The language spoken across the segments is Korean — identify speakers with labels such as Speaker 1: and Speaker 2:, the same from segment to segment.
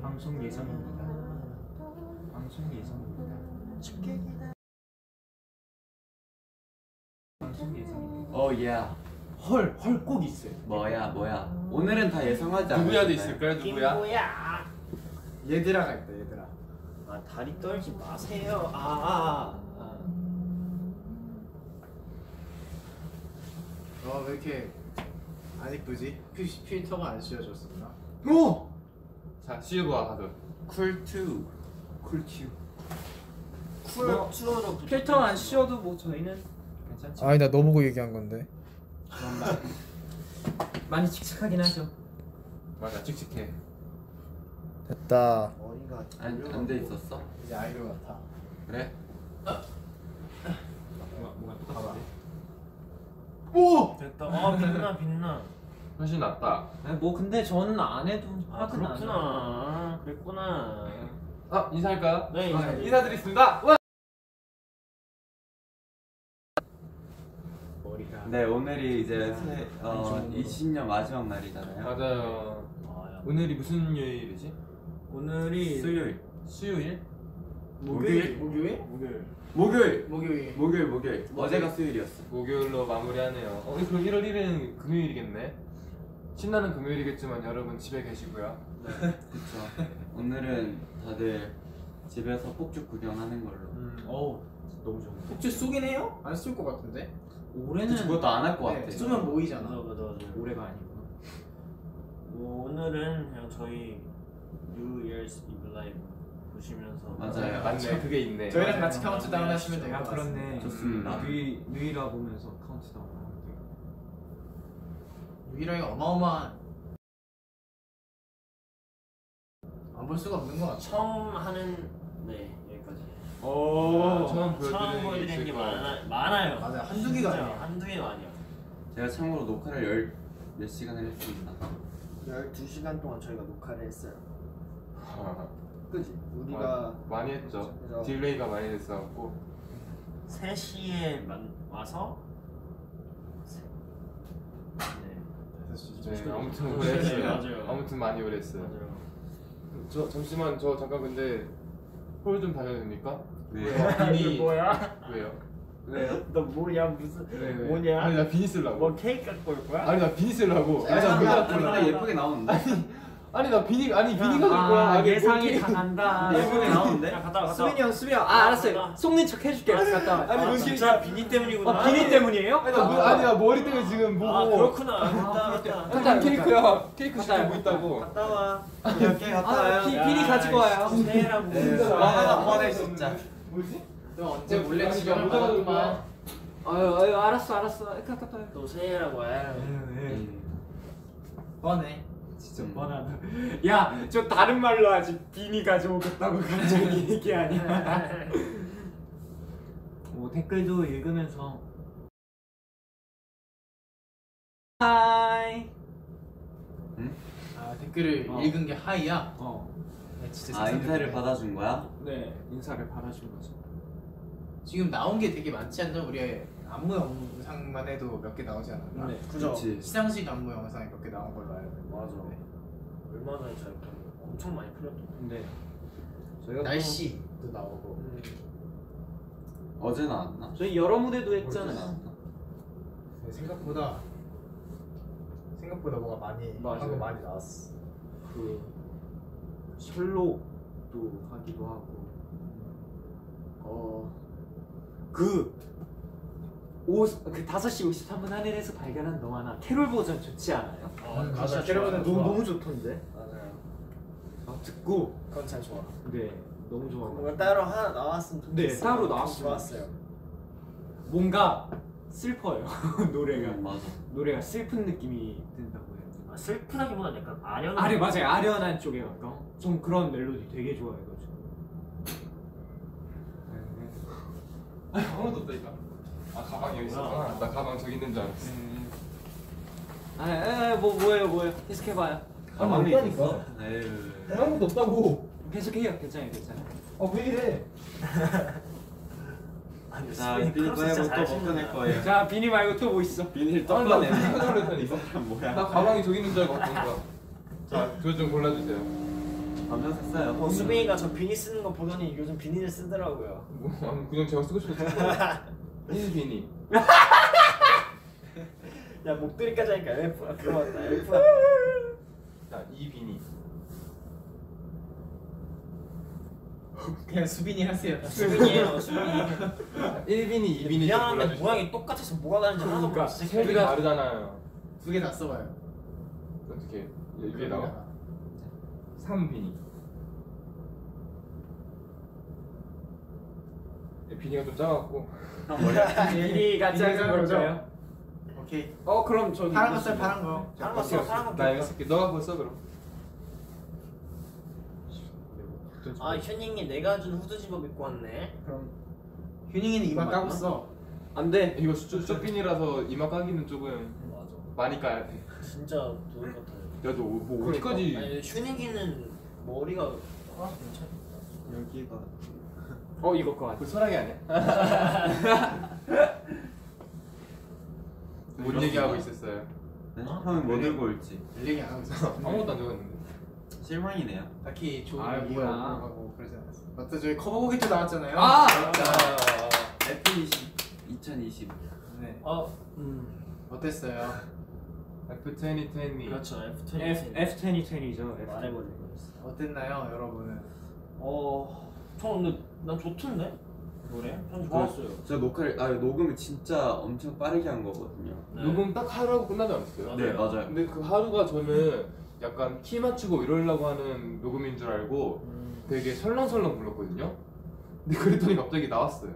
Speaker 1: 방송 예선입니다. 방송 예선입니다. 방송 예선입니다.
Speaker 2: 어, 야.
Speaker 3: 헐, 헐 꼭 있어요.
Speaker 2: 뭐야, 뭐야. 오늘은 다 예상하지 않았
Speaker 4: 누구야도 있을까요? 누구야?
Speaker 1: 뭐야?
Speaker 3: 얘들아가 있다, 얘들아.
Speaker 1: 아 다리 떨지 마세요.
Speaker 3: 아, 아, 아.
Speaker 5: 어 왜 이렇게 안 이쁘지? 필, 필터가 안 씌워졌었나?
Speaker 3: 오!
Speaker 4: 자, 씌우봐 다들.
Speaker 2: 쿨2.
Speaker 3: 쿨티우. 뭐?
Speaker 1: 쿨 투어로
Speaker 2: 필터 안 씌워도 뭐 저희는
Speaker 1: 괜찮죠?
Speaker 5: 아니 나 너 보고 얘기한 건데
Speaker 2: 많이 칙칙하긴 하죠.
Speaker 4: 맞아, 칙칙해.
Speaker 5: 됐다
Speaker 3: 머리가
Speaker 2: 안, 안돼 있었어?
Speaker 5: 이제 아이돌 같아
Speaker 4: 그래?
Speaker 1: 뭔가 뭔가 똑같은데?
Speaker 5: 오!
Speaker 1: 됐다. 아 빛나 빛나.
Speaker 4: 훨씬 낫다.
Speaker 2: 아니, 뭐 근데 저는 안 해도
Speaker 1: 아
Speaker 2: 화가 나요.
Speaker 1: 그렇구나. 그랬구나.
Speaker 4: 아, 인사할까요?
Speaker 1: 네 인사.
Speaker 4: 인사드리겠습니다. 와!
Speaker 3: 머리가.
Speaker 2: 네, 오늘이 이제 새, 어, 20년 마지막 날이잖아요.
Speaker 4: 맞아요.
Speaker 1: 아, 야.
Speaker 4: 오늘이 무슨 요일이지?
Speaker 1: 오늘이
Speaker 2: 수요일.
Speaker 4: 수요일?
Speaker 2: 목요일?
Speaker 5: 목요일?
Speaker 1: 목요일.
Speaker 2: 목요일.
Speaker 5: 목요일
Speaker 2: 목요일, 목요일. 어제가 수요일이었어.
Speaker 4: 목요일로 마무리하네요. 어, 그럼 1월 1일은 금요일이겠네. 신나는 금요일이겠지만 여러분 집에 계시고요.
Speaker 2: 그렇죠. 오늘은 다들 집에서 폭죽 구경하는 걸로.
Speaker 4: 음,
Speaker 3: 어우,
Speaker 2: 너무 좋은데.
Speaker 3: 혹시 쏘긴 해요?
Speaker 5: 안 쓸 것 같은데?
Speaker 3: 올해는
Speaker 2: 그치, 그것도 안 할 것 같아.
Speaker 5: 네, 쓰면
Speaker 1: 어, 맞아
Speaker 5: 모이잖아
Speaker 1: 맞아 맞아.
Speaker 3: 올해가 아니구나.
Speaker 1: 오늘은 그냥 저희 New Year's Eve 라이브 보시면서
Speaker 2: 맞아요.
Speaker 4: 맞네. 그게 있네.
Speaker 5: 저희랑 같이 카운트다운 하시면 될것
Speaker 3: 아,
Speaker 5: 같습니다
Speaker 3: 그렇네.
Speaker 2: 좋습니다.
Speaker 3: 누이, 누이라 보면서 카운트다운 하면 돼.
Speaker 5: 유일하게 어마어마한 안 볼 수가 없는 것 같아
Speaker 1: 처음 하는 네 여기까지.
Speaker 4: 오, 처음 보여드리는 게
Speaker 1: 어, 처음
Speaker 4: 그
Speaker 1: 보여드리는 게
Speaker 4: 있을 거예요.
Speaker 1: 많아, 많아요.
Speaker 5: 맞아요. 한두 개가
Speaker 1: 진짜
Speaker 5: 아니에요.
Speaker 1: 한두 개가 아니에요.
Speaker 2: 제가 참고로 녹화를 열몇 시간을 했습니다.
Speaker 6: 12시간 동안 저희가 녹화를 했어요. 그지?
Speaker 4: 아,
Speaker 6: 우리가
Speaker 4: 많이 했죠.
Speaker 6: 그래서
Speaker 4: 딜레이가 많이 됐어갖고
Speaker 1: 3시에 만, 와서 세- 네.
Speaker 4: 네, 아무튼
Speaker 1: 네,
Speaker 4: 오래 했어요.
Speaker 1: 맞아요.
Speaker 4: 아무튼 많이 오래 했어요.
Speaker 1: 맞아요.
Speaker 4: 저 잠시만 저 잠깐 근데 홀 좀 다녀도 됩니까?
Speaker 2: 왜?
Speaker 4: 비니
Speaker 1: 뭐야?
Speaker 4: 왜요?
Speaker 2: 왜요?
Speaker 1: 너 뭐야 무슨
Speaker 4: 왜, 왜?
Speaker 1: 뭐냐?
Speaker 4: 아니 나 비니 쓰려고.
Speaker 1: 네, 뭐 케이크 갖고 올 거야?
Speaker 4: 아니 나 비니 쓰려고.
Speaker 2: 아니,
Speaker 4: 예상
Speaker 2: 근데,
Speaker 4: 그냥
Speaker 2: 아니,
Speaker 4: 골라.
Speaker 2: 근데 예쁘게 나오는데?
Speaker 4: 아니 나 비니 아니 비니가 될 거야.
Speaker 3: 아,
Speaker 4: 아니,
Speaker 3: 예상이
Speaker 4: 뭐
Speaker 3: 다 간다.
Speaker 2: 예쁘게
Speaker 1: 야
Speaker 2: 나오는데?
Speaker 1: 갔다 와, 갔다. 와.
Speaker 3: 수빈이 형, 수빈이 형. 아, 알았어요. 속는 척 해줄게. 갔다 와.
Speaker 4: 아니
Speaker 1: 아,
Speaker 4: 뭔 소리야?
Speaker 1: 진짜 비니 때문이구나.
Speaker 3: 아, 비니 때문이에요?
Speaker 4: 아니 뭐. 나 뭐- 아니 나 머리 때문에 지금 보고.
Speaker 1: 아 그렇구나. 갔다
Speaker 3: 그렇대.
Speaker 1: 왔다.
Speaker 3: 갔다 와요,
Speaker 4: 케이크야. 케이크
Speaker 3: 갔다
Speaker 4: 시켜
Speaker 3: 와요.
Speaker 4: 뭐 있다고.
Speaker 1: 갔다 와.
Speaker 6: 이렇게 갔다
Speaker 3: 아,
Speaker 6: 와요.
Speaker 3: 비, 비니 가지고 와요.
Speaker 1: 내라고.
Speaker 2: 아, 화낼 진짜.
Speaker 4: 뭐지?
Speaker 5: 너 언제 몰래
Speaker 4: 아니,
Speaker 5: 집에
Speaker 4: 나 모자라도
Speaker 5: 가봤구만
Speaker 3: 어휴, 어휴, 아, 알았어, 알았어. 이렇게 갔다 와요.
Speaker 1: 노세라고 해.
Speaker 2: 음,
Speaker 5: 뻔해
Speaker 2: 진짜
Speaker 3: 뻔하다. 야, 저 다른 말로 하지. 비니 가져오겠다고 갑자기 얘기하냐. 뭐 댓글도 읽으면서. 하이.
Speaker 5: 아 댓글을
Speaker 3: 어.
Speaker 5: 읽은 게 하이야?
Speaker 3: 어,
Speaker 5: 네, 진짜
Speaker 2: 아
Speaker 5: 진짜
Speaker 2: 인사를
Speaker 5: 댓글.
Speaker 2: 받아준 거야?
Speaker 3: 네 인사를 받아준 거죠.
Speaker 5: 지금 나온 게 되게 많지 않나? 우리 안무 영상만 해도 몇 개 나오지 않았나?
Speaker 3: 네.
Speaker 6: 그죠?
Speaker 2: 그치.
Speaker 5: 시상식 안무 영상이 몇 개 나온 걸로 알고 있는데 네.
Speaker 1: 맞아. 얼마나 잘 엄청 많이 풀렸던.
Speaker 3: 근데
Speaker 5: 네. 날씨도 나오고
Speaker 2: 어제 나왔나?
Speaker 3: 저희 여러 무대도 했잖아요.
Speaker 5: 네, 생각보다 생각보다 뭐가 많이
Speaker 3: 맞아요.
Speaker 5: 한거 많이 나왔어
Speaker 3: 그 셜록도 하기도 하고 어, 어그그 5시 53분 하늘에서 발견한 너와 나 캐롤 버전 좋지 않아요?
Speaker 1: 아,
Speaker 5: 맞아 캐러분은
Speaker 6: 너무 너무 좋던데.
Speaker 1: 맞아요.
Speaker 3: 아, 듣고
Speaker 6: 그건 잘 좋아.
Speaker 3: 네 너무 좋아요
Speaker 6: 뭔가 따로 하나 나왔으면 좋겠어.
Speaker 3: 네, 따로 나왔으면
Speaker 6: 좋았어요.
Speaker 3: 뭔가 슬퍼요 노래가
Speaker 2: 응, 맞아.
Speaker 3: 노래가 슬픈 느낌이 든다고 해요
Speaker 1: 아, 슬프다기보단 약간 아련.
Speaker 3: 아래 맞아요 아련한 쪽에 가까워 전 그런 멜로디 되게 좋아해가지고 네.
Speaker 4: 아무도 없다니까. 아 가방 여기 있었구나. 나 가방 저기 있는 줄 알았어.
Speaker 3: 네. 아뭐 뭐예요 뭐예요 계속해봐요
Speaker 2: 가만히 있었어? 에휴.
Speaker 4: 아무도 없다고.
Speaker 3: 계속해요 괜찮아요 괜찮아요
Speaker 4: 아왜 이래?
Speaker 1: 아니,
Speaker 2: 자,
Speaker 1: 스페인
Speaker 2: 비닐
Speaker 1: 크로스 진짜
Speaker 2: 꺼내고
Speaker 1: 잘
Speaker 2: 또 벗겨낼
Speaker 1: 씹는다.
Speaker 2: 거예요.
Speaker 3: 자 비니 말고 또 뭐 있어
Speaker 2: 비닐
Speaker 4: 아,
Speaker 2: 떡
Speaker 4: 나
Speaker 2: 꺼내.
Speaker 4: 비닐 꺼내고 있다니까.
Speaker 2: 이거 뭐야?
Speaker 4: 나 가방이 저기 있는 줄 알고 왔다니까. 자, 그거 좀 골라주세요.
Speaker 2: 감정했어요.
Speaker 1: 어, 수빈이가 저 비니 쓰는 거 보더니 요즘 비니를 쓰더라고요.
Speaker 4: 뭐 아무- 그냥 제가 쓰고 싶었어요. 흰비니.
Speaker 1: 야 목도리까지 하니까 F 아, 그거 맞다 F
Speaker 4: 자, 이비니.
Speaker 5: 뭐, 그냥 수빈이 하세요.
Speaker 1: 수빈이에요 수빈이.
Speaker 4: 1비니, 2비니.
Speaker 1: 미안한데 모양이 똑같아서 뭐가 다른지 하나도
Speaker 3: 그러니까.
Speaker 1: 모르겠어.
Speaker 4: 색이 다르잖아요.
Speaker 5: 두 개 다 써봐요.
Speaker 4: 어떻게 해? 위에 나와? 3비니. 비니가 좀 작았고.
Speaker 2: 형 머리
Speaker 3: 미리가 짜는
Speaker 5: 미리가
Speaker 3: 걸까요?
Speaker 5: 오케이.
Speaker 3: 어 그럼 저는
Speaker 5: 파란 거 써요. 파란 거.
Speaker 1: 다른 거 써, 다른 거
Speaker 4: 나 이거
Speaker 1: 볼까?
Speaker 4: 쓸게. 너가 그거 써 그럼.
Speaker 1: 아 현영이 내가 준 후드 집업 입고 왔네.
Speaker 5: 그럼 휴닝이는 이만 까고 써.
Speaker 3: 안돼
Speaker 4: 이거 쇼- 쇼핑이라서 이마 까기는 조금
Speaker 1: 맞아.
Speaker 4: 많이 까야 돼.
Speaker 1: 진짜 좋은 것 같아.
Speaker 4: 야너 뭐
Speaker 2: 음.
Speaker 4: 어디까지?
Speaker 1: 아니 휴닝이는 머리가 아 괜찮아.
Speaker 2: 여기가
Speaker 3: 어 이거 거 같아
Speaker 4: 그 소라게 아니야? 뭔 얘기하고 있었어요?
Speaker 2: 네? 형이 뭐 들고 올지
Speaker 5: 얘기 안 하고 있어.
Speaker 4: 아무것도 안 적었는데.
Speaker 2: 실망이네요.
Speaker 5: 딱히 좋은
Speaker 3: 아이,
Speaker 5: 이유가
Speaker 3: 뭐야.
Speaker 5: 하고 그러지 않았어. 맞다 저희 커버곡이도 나왔잖아요.
Speaker 3: 아!
Speaker 4: 자,
Speaker 2: F20 2020
Speaker 5: 네.
Speaker 1: 어 음.
Speaker 5: 어땠어요?
Speaker 4: F2020.
Speaker 7: 그렇죠. F20.
Speaker 3: F F 2 0 20이죠
Speaker 7: 말해버리는 거였어.
Speaker 5: 어땠나요, 여러분은?
Speaker 1: 어. 형 근데 난 좋던데 노래. 형 좋았어요.
Speaker 2: 저 녹화를 아 녹음을 진짜 엄청 빠르게 한 거거든요.
Speaker 7: 네.
Speaker 4: 녹음 딱 하루하고 끝나지 않았어요?
Speaker 2: 네 맞아요.
Speaker 4: 근데 그 하루가 저는 약간 키 맞추고 이러려고 하는 녹음인 줄 알고 되게 설렁설렁 불렀거든요. 근데 그랬더니 갑자기 나왔어요.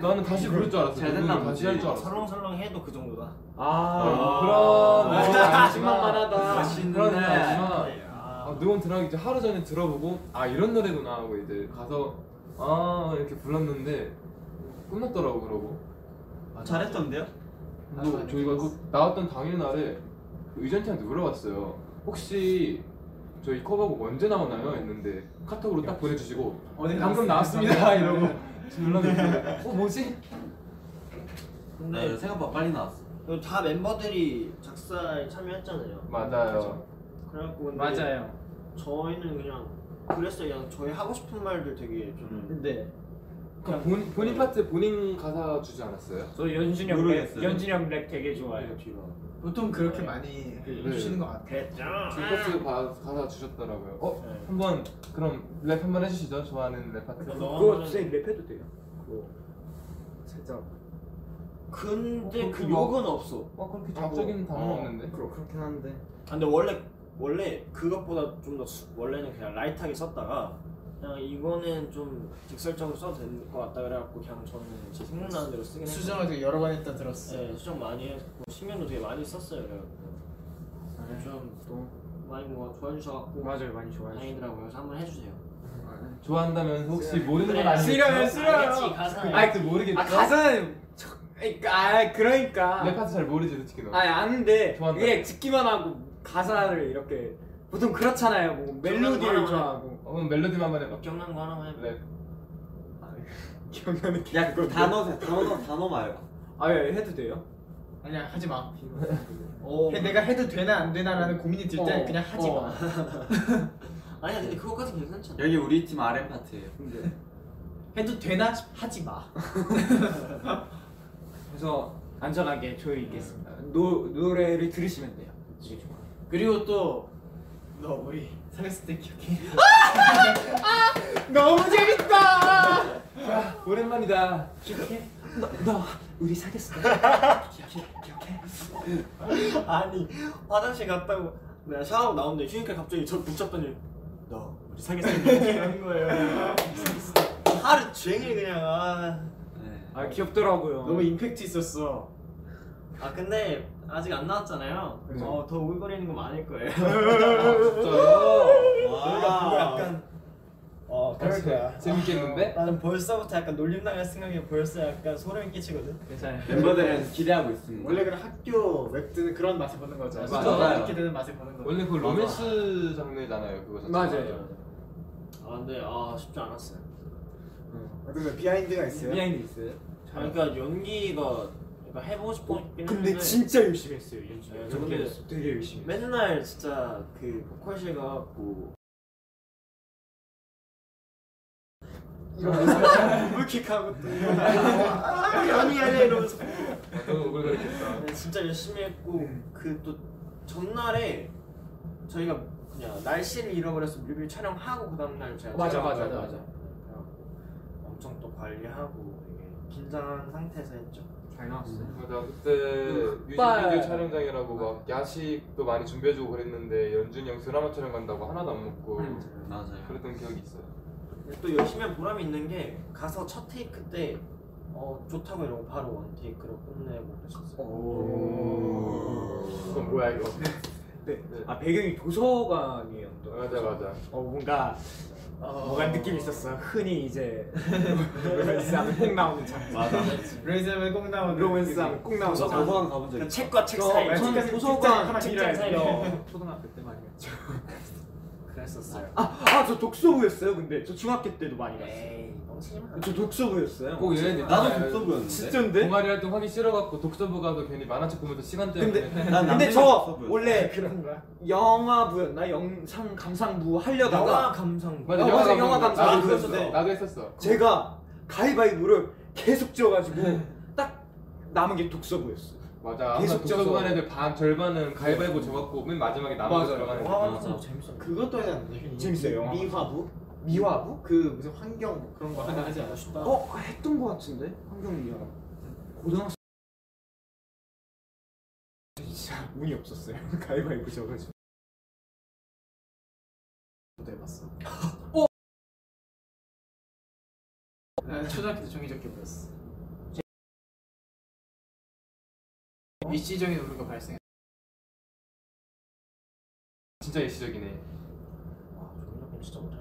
Speaker 4: 나는 다시 부를 줄 알았어요.
Speaker 2: 잘 됐나
Speaker 4: 녹음을 다시
Speaker 2: 보지.
Speaker 4: 할 줄 알았어.
Speaker 1: 설렁설렁 해도 그 정도다.
Speaker 3: 아
Speaker 4: 그런
Speaker 3: 안심만만 하다.
Speaker 4: 아, 그런 안심만.
Speaker 1: 네, 아.
Speaker 4: 그러니까 아, 누군 들어가기 이제 하루 전에 들어보고 아 이런 노래구나 하고 이제 가서 아 이렇게 불렀는데 끝났더라고 그러고
Speaker 5: 아,
Speaker 2: 잘했던데요?
Speaker 4: 또 저희가 그 나왔던 당일날에 그 의전팀한테 물어봤어요 혹시 저희 커버곡 언제 나오나요 했는데 카톡으로 딱 보내주시고
Speaker 5: 어디
Speaker 4: 방금
Speaker 5: 나왔어요?
Speaker 4: 나왔습니다 이러고 연락이 오고 어 뭐지?
Speaker 1: 근데
Speaker 2: 네 생각보다 빨리 나왔어.
Speaker 1: 그리고 다 멤버들이 작사에 참여했잖아요.
Speaker 4: 맞아요
Speaker 1: 그래갖고 근데
Speaker 3: 맞아요
Speaker 1: 저희는 그냥 그랬어요. 그냥 저희 하고 싶은 말들 되게 좀
Speaker 3: 네
Speaker 4: 그러니까 본, 본인 파트 본인 가사 주지 않았어요?
Speaker 3: 저 연준이 형랩
Speaker 2: 모르겠어요.
Speaker 3: 연준이 형랩 되게 좋아해요
Speaker 1: 뒤로
Speaker 5: 보통 그렇게
Speaker 1: 네.
Speaker 5: 많이 해주시는 것 같아요.
Speaker 1: 그랬죠.
Speaker 4: 즐겁게 가- 가사 주셨더라고요 어? 한번 그럼 랩 한번 해주시죠 좋아하는 랩 파트
Speaker 3: 그거 선생님 랩해도 돼요 그거 살짝
Speaker 1: 근데
Speaker 4: 어,
Speaker 1: 그
Speaker 4: 그거-
Speaker 3: 뭐
Speaker 1: 욕은 없어.
Speaker 4: 와 그렇게 적적인 단어 없는데
Speaker 3: 그렇 그렇긴 한데
Speaker 1: 아, 근데 원래 원래 그것보다 좀 더 원래는 그냥 라이트하게 썼다가 그냥 이거는 좀 직설적으로 써도 될 것 같다 그래갖고 그냥 저는 제 생각나는 대로 쓰긴 했어요.
Speaker 5: 수정을 되게 여러 번 했다 들었어요.
Speaker 1: 네, 수정 많이 했고 신경도 되게 많이 썼어요. 그래갖고
Speaker 4: 아, 네.
Speaker 3: 또
Speaker 1: 많이 뭐 좋아해 주셔갖고
Speaker 3: 맞아요 많이 좋아해요
Speaker 1: 다행이더라고요. 그래서 한번 해주세요.
Speaker 4: 좋아한다면 혹시 모르는 건
Speaker 1: 그래,
Speaker 4: 아니겠죠?
Speaker 3: 싫어요
Speaker 1: 알겠지,
Speaker 3: 싫어요
Speaker 1: 가사.
Speaker 4: 아 그때 모르겠죠?
Speaker 3: 아 가사는 저- 아 그러니까
Speaker 4: 내 파트 잘 모르지 솔직히 너
Speaker 3: 아니 아는데
Speaker 4: 좋아한다.
Speaker 3: 그게 듣기만 하고 가사를 이렇게 보통 그렇잖아요 뭐 멜로디를
Speaker 1: 하나만
Speaker 3: 좋아하고
Speaker 4: 어, 그럼 멜로디만 한번 해봐
Speaker 1: 기억나는 거 하나만 해봐.
Speaker 4: 네.
Speaker 3: 기억나는
Speaker 2: 야 그거 단어 단어 단어 말고.
Speaker 3: 아예 해도 돼요? 어,
Speaker 5: 아니야 하지 마.
Speaker 1: 네. 오.
Speaker 5: 해- 내가 해도 되나 안 되나라는 고민이 들 때
Speaker 3: 어,
Speaker 5: 그냥 하지
Speaker 3: 어.
Speaker 5: 마.
Speaker 1: 아니야 근데 그것까지 괜찮잖아.
Speaker 2: 여기 우리 팀 RM 파트예요.
Speaker 5: 해도 되나 하지 마.
Speaker 3: 그래서 안전하게 조용히 있겠습니다 노, 노래를 들으시면 돼요
Speaker 5: 그리고 또 너 우리 사귀었을 때 기억해?
Speaker 1: 아!
Speaker 3: 너무 재밌다
Speaker 4: 오랜만이다
Speaker 3: 기억해? 너, 너 우리 사귀었을 때 기억해? 기억해?
Speaker 1: 네? 아니 화장실 갔다고 내가 샤워하고 나오는데 휴닝카 갑자기 저 붙잡더니 너 우리 사귀었을 때 얘기하는 거예요 하루 종일 그냥 아.
Speaker 2: 네.
Speaker 3: 아 귀엽더라고요
Speaker 5: 너무 임팩트 있었어.
Speaker 1: 아 근데 아직 안 나왔잖아요
Speaker 3: 그죠.
Speaker 1: 어, 더 오글거리는 거 많을 거예요
Speaker 4: 진짜요?
Speaker 1: 우리가 그거 약간 어 그럴 거야
Speaker 4: 아, 재밌겠는데?
Speaker 1: 나는 벌써부터 약간 놀림당할 생각이 벌써 약간 소름이 끼치거든
Speaker 3: 괜찮아요
Speaker 2: 멤버들은 기대하고 있습니다.
Speaker 5: 원래 그런 학교 웹드는 그런 맛을 보는 거죠.
Speaker 2: 맞아요.
Speaker 5: 수정을 듣게 되는 맛을 보는 거죠.
Speaker 4: 원래 그 로맨스 장르잖아요 그거 자체가.
Speaker 3: 맞아요
Speaker 1: 아 근데 아 쉽지 않았어요
Speaker 3: 네.
Speaker 5: 어떤 비하인드가
Speaker 3: 미안이 있어요?
Speaker 1: 아, 그러니까 연기가 그러니까 해보고 싶었긴
Speaker 3: 어, 근데 아,
Speaker 1: 했는데
Speaker 3: 진짜 열심히 했어요 연습
Speaker 1: 네,
Speaker 3: 연기
Speaker 1: 근데
Speaker 3: 연습 되게 열심히 했어요
Speaker 1: 맨날 진짜 그 보컬실 가갖고 이러면서 물킥하고 또 아, 연이 연이 이러면서
Speaker 4: 너무
Speaker 3: 아.
Speaker 4: 오글거리겠다.
Speaker 1: 네, 진짜 열심히 했고
Speaker 3: 네.
Speaker 1: 그 또 전날에 저희가 그냥 날씨를 잃어버려서 뮤비 촬영하고 그 다음날 제가
Speaker 3: 맞아,
Speaker 1: 촬영을
Speaker 3: 맞아,
Speaker 1: 하거든요. 그래갖고 엄청 또 관리하고 되게 긴장한 상태에서 했죠
Speaker 3: 잘 나왔어요.
Speaker 4: 맞아 그때 음, 뮤직비디오 촬영장이라고 막 야식도 많이 준비해주고 그랬는데 연준이 형 드라마 촬영 간다고 하나도 안 먹고
Speaker 2: 맞아요.
Speaker 4: 그랬던 기억이 있어요.
Speaker 1: 근데 또 열심히 한 보람이 있는 게 가서 첫 테이크 때 어, 좋다고 이러고 바로 원 테이크로 끝내고 그랬었어요
Speaker 4: 그건 뭐야 이거?
Speaker 3: 네.
Speaker 4: 네.
Speaker 3: 아 배경이 도서관이에요. 또.
Speaker 4: 맞아 맞아.
Speaker 3: 어 뭔가 뭐가 느낌이 있었어. 흔히 이제 로맨스하면 꼭 나오는 장면.
Speaker 2: 맞아.
Speaker 5: 레이저맨 꼭 나오는
Speaker 3: 로맨스하면 꼭 나오는
Speaker 2: 저
Speaker 3: 장면.
Speaker 2: 도서관 가본 적
Speaker 1: 그러니까
Speaker 2: 있어.
Speaker 1: 책과 책 사이
Speaker 3: 맨
Speaker 1: 저는
Speaker 3: 네, 책에서
Speaker 1: 도서관
Speaker 3: 하나
Speaker 1: 책장 사이
Speaker 3: 빌어요. 초등학교 때 많이 갔죠.
Speaker 1: 그랬었어요
Speaker 3: 아저 독서부였어요. 근데 저 중학교 때도 많이 갔어요.
Speaker 1: 에이 멍치지 마
Speaker 3: 그 저 독서부였어요.
Speaker 4: 꼭 얘네
Speaker 2: 나도 독서부였는데.
Speaker 3: 진짜인데?
Speaker 4: 동아리 활동 하기 싫어갖고 독서부 가도 괜히 만화책 보면서 시간 때문에
Speaker 2: 난
Speaker 3: 근데
Speaker 2: 남자애가
Speaker 3: 저
Speaker 2: 독서부였어.
Speaker 3: 원래
Speaker 5: 그런 거야?
Speaker 3: 영화부였나 영상 감상부 하려다가
Speaker 1: 영화 감상
Speaker 4: 맞아
Speaker 3: 어,
Speaker 4: 영화
Speaker 3: 맞아,
Speaker 4: 감독.
Speaker 3: 영화 감독.
Speaker 4: 나도
Speaker 3: 아,
Speaker 4: 했었어.
Speaker 3: 그랬었네.
Speaker 4: 나도 했었어.
Speaker 3: 제가 가위바위보를 계속 지어가지고 딱 남은 게 독서부였어.
Speaker 4: 맞아.
Speaker 3: 계속
Speaker 4: 항상 독서부
Speaker 3: 쪄서.
Speaker 4: 간 애들 반 절반은 가위바위보 져갖고 맨 마지막에 남은
Speaker 3: 맞아요.
Speaker 4: 거 들어가는
Speaker 1: 와
Speaker 4: 애들.
Speaker 1: 감상 재밌었는데
Speaker 5: 그것도 하지 않나요?
Speaker 3: 재밌어요, 영화.
Speaker 5: 미화부?
Speaker 3: 미화부?
Speaker 5: 그 무슨 환경 뭐 그런 거 하나 하지 않아?
Speaker 1: 아쉽다
Speaker 3: 어 했던 거 같은데 환경미화. 고등학생 진짜 운이 없었어요. 가위바위보 져가지고.
Speaker 5: 해봤어. 나 네, 초등학교 때 종이접기 배웠어. 일시적인 오류가 발생.
Speaker 4: 진짜 예시적이네.
Speaker 1: 와, 정답은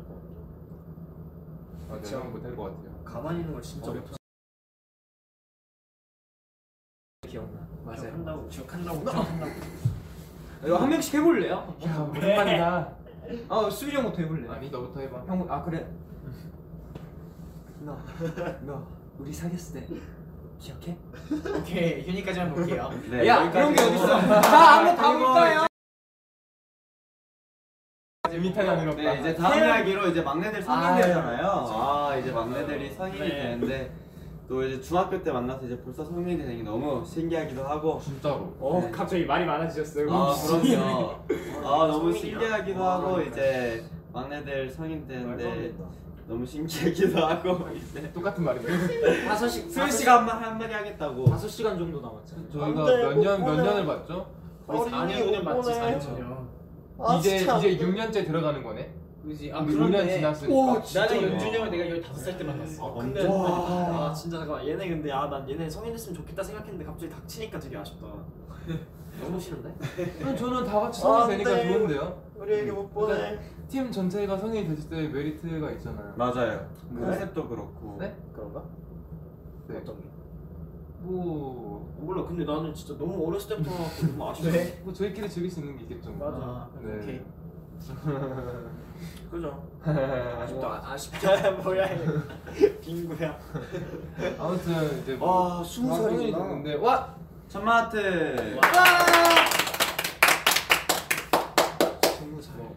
Speaker 1: 아, 진짜 못할
Speaker 3: 그쵸.
Speaker 4: 맞아.
Speaker 1: 것 같아.
Speaker 4: 형 못할 것 같아요.
Speaker 1: 가만히 있는 걸 진짜
Speaker 3: 어렵다.
Speaker 1: 못해.
Speaker 3: 기억나. 맞아요.
Speaker 1: 기억한다고, 기억한다고, 기억한다고.
Speaker 3: 이거 한 명씩 해볼래요?
Speaker 4: 야 오랜만이다.
Speaker 3: 아 수빈이 형부터 해볼래.
Speaker 4: 네. 아니 너부터 해봐.
Speaker 3: 형, 아 그래. 너, 너 우리 사귀었을 때 기억해?
Speaker 5: 오케이 휴니까지만 볼게요.
Speaker 2: 네.
Speaker 3: 야 그런 게 어딨어? 나 아무 다 볼까요?
Speaker 4: 재밌다 나 이런
Speaker 2: 네 이제 다음 이야기로 이제 막내들 성인
Speaker 3: 아,
Speaker 2: 되잖아요. 아 이제 막내들이 성인이
Speaker 1: 네.
Speaker 2: 되는데 또 이제 중학교 때 만나서 이제 벌써 성인이 되는 게 너무 신기하기도 하고.
Speaker 4: 아, 진짜로.
Speaker 3: 어 갑자기 말이 많아지셨어요.
Speaker 2: 아 그럼요. 아 너무
Speaker 1: 성인이야.
Speaker 2: 신기하기도
Speaker 1: 와,
Speaker 2: 하고
Speaker 1: 그러니까.
Speaker 2: 이제 막내들 성인
Speaker 3: 말도 안
Speaker 2: 되는데
Speaker 3: 된다.
Speaker 2: 너무 신기하기도 하고 이제
Speaker 4: 네, 똑같은 말인데.
Speaker 1: 다섯 시,
Speaker 2: 수현 씨가 한 마- 한마디 하겠다고.
Speaker 3: 5시간 정도 남았잖아요.
Speaker 4: 저희가
Speaker 1: 안 돼,
Speaker 4: 몇 년
Speaker 1: 못
Speaker 4: 몇
Speaker 1: 보내.
Speaker 4: 년을 봤죠?
Speaker 1: 어린이
Speaker 5: 4년 맞지
Speaker 1: 오늘.
Speaker 5: 4년.
Speaker 3: 아,
Speaker 1: 아,
Speaker 4: 이제 이제 6년째 들어가는 거네.
Speaker 5: 그지? 아
Speaker 4: 아, 6년
Speaker 5: 그런데
Speaker 4: 지났으니까.
Speaker 3: 오, 진짜.
Speaker 5: 나는 연준이 형을 내가 15살 때 만났어.
Speaker 1: 아, 근데
Speaker 3: 와.
Speaker 1: 아 진짜 잠깐만 얘네 근데 아난 얘네 성인됐으면 좋겠다 생각했는데 갑자기 닥치니까 되게 아쉽다. 너무 싫은데?
Speaker 4: 그럼 저는 다 같이
Speaker 1: 안
Speaker 4: 성인 되니까
Speaker 1: 돼.
Speaker 4: 좋은데요.
Speaker 1: 우리 애기 못 보내.
Speaker 4: 팀 전체가 성인이 됐을 때 메리트가 있잖아요.
Speaker 2: 맞아요. 컨셉도 그렇고.
Speaker 4: 네?
Speaker 1: 그런가?
Speaker 4: 네.
Speaker 1: 어떤 게?
Speaker 4: 뭐,
Speaker 1: 몰라. 근데 나는 진짜 너무 어렸을 때부터 와갖고 너무 아쉽다.
Speaker 4: 뭐 저희끼리 즐길 수 있는 게 있겠죠. 뭐.
Speaker 1: 맞아.
Speaker 4: 네.
Speaker 5: 오케이.
Speaker 1: 그죠? 아쉽다. 아쉽다. 뭐? 뭐야? 이거. 빙구야.
Speaker 4: 아무튼 이제
Speaker 3: 와, 스무
Speaker 4: 다 성인이
Speaker 3: 살이구나.
Speaker 4: 됐는데 와
Speaker 2: 천마트.
Speaker 3: 뭐,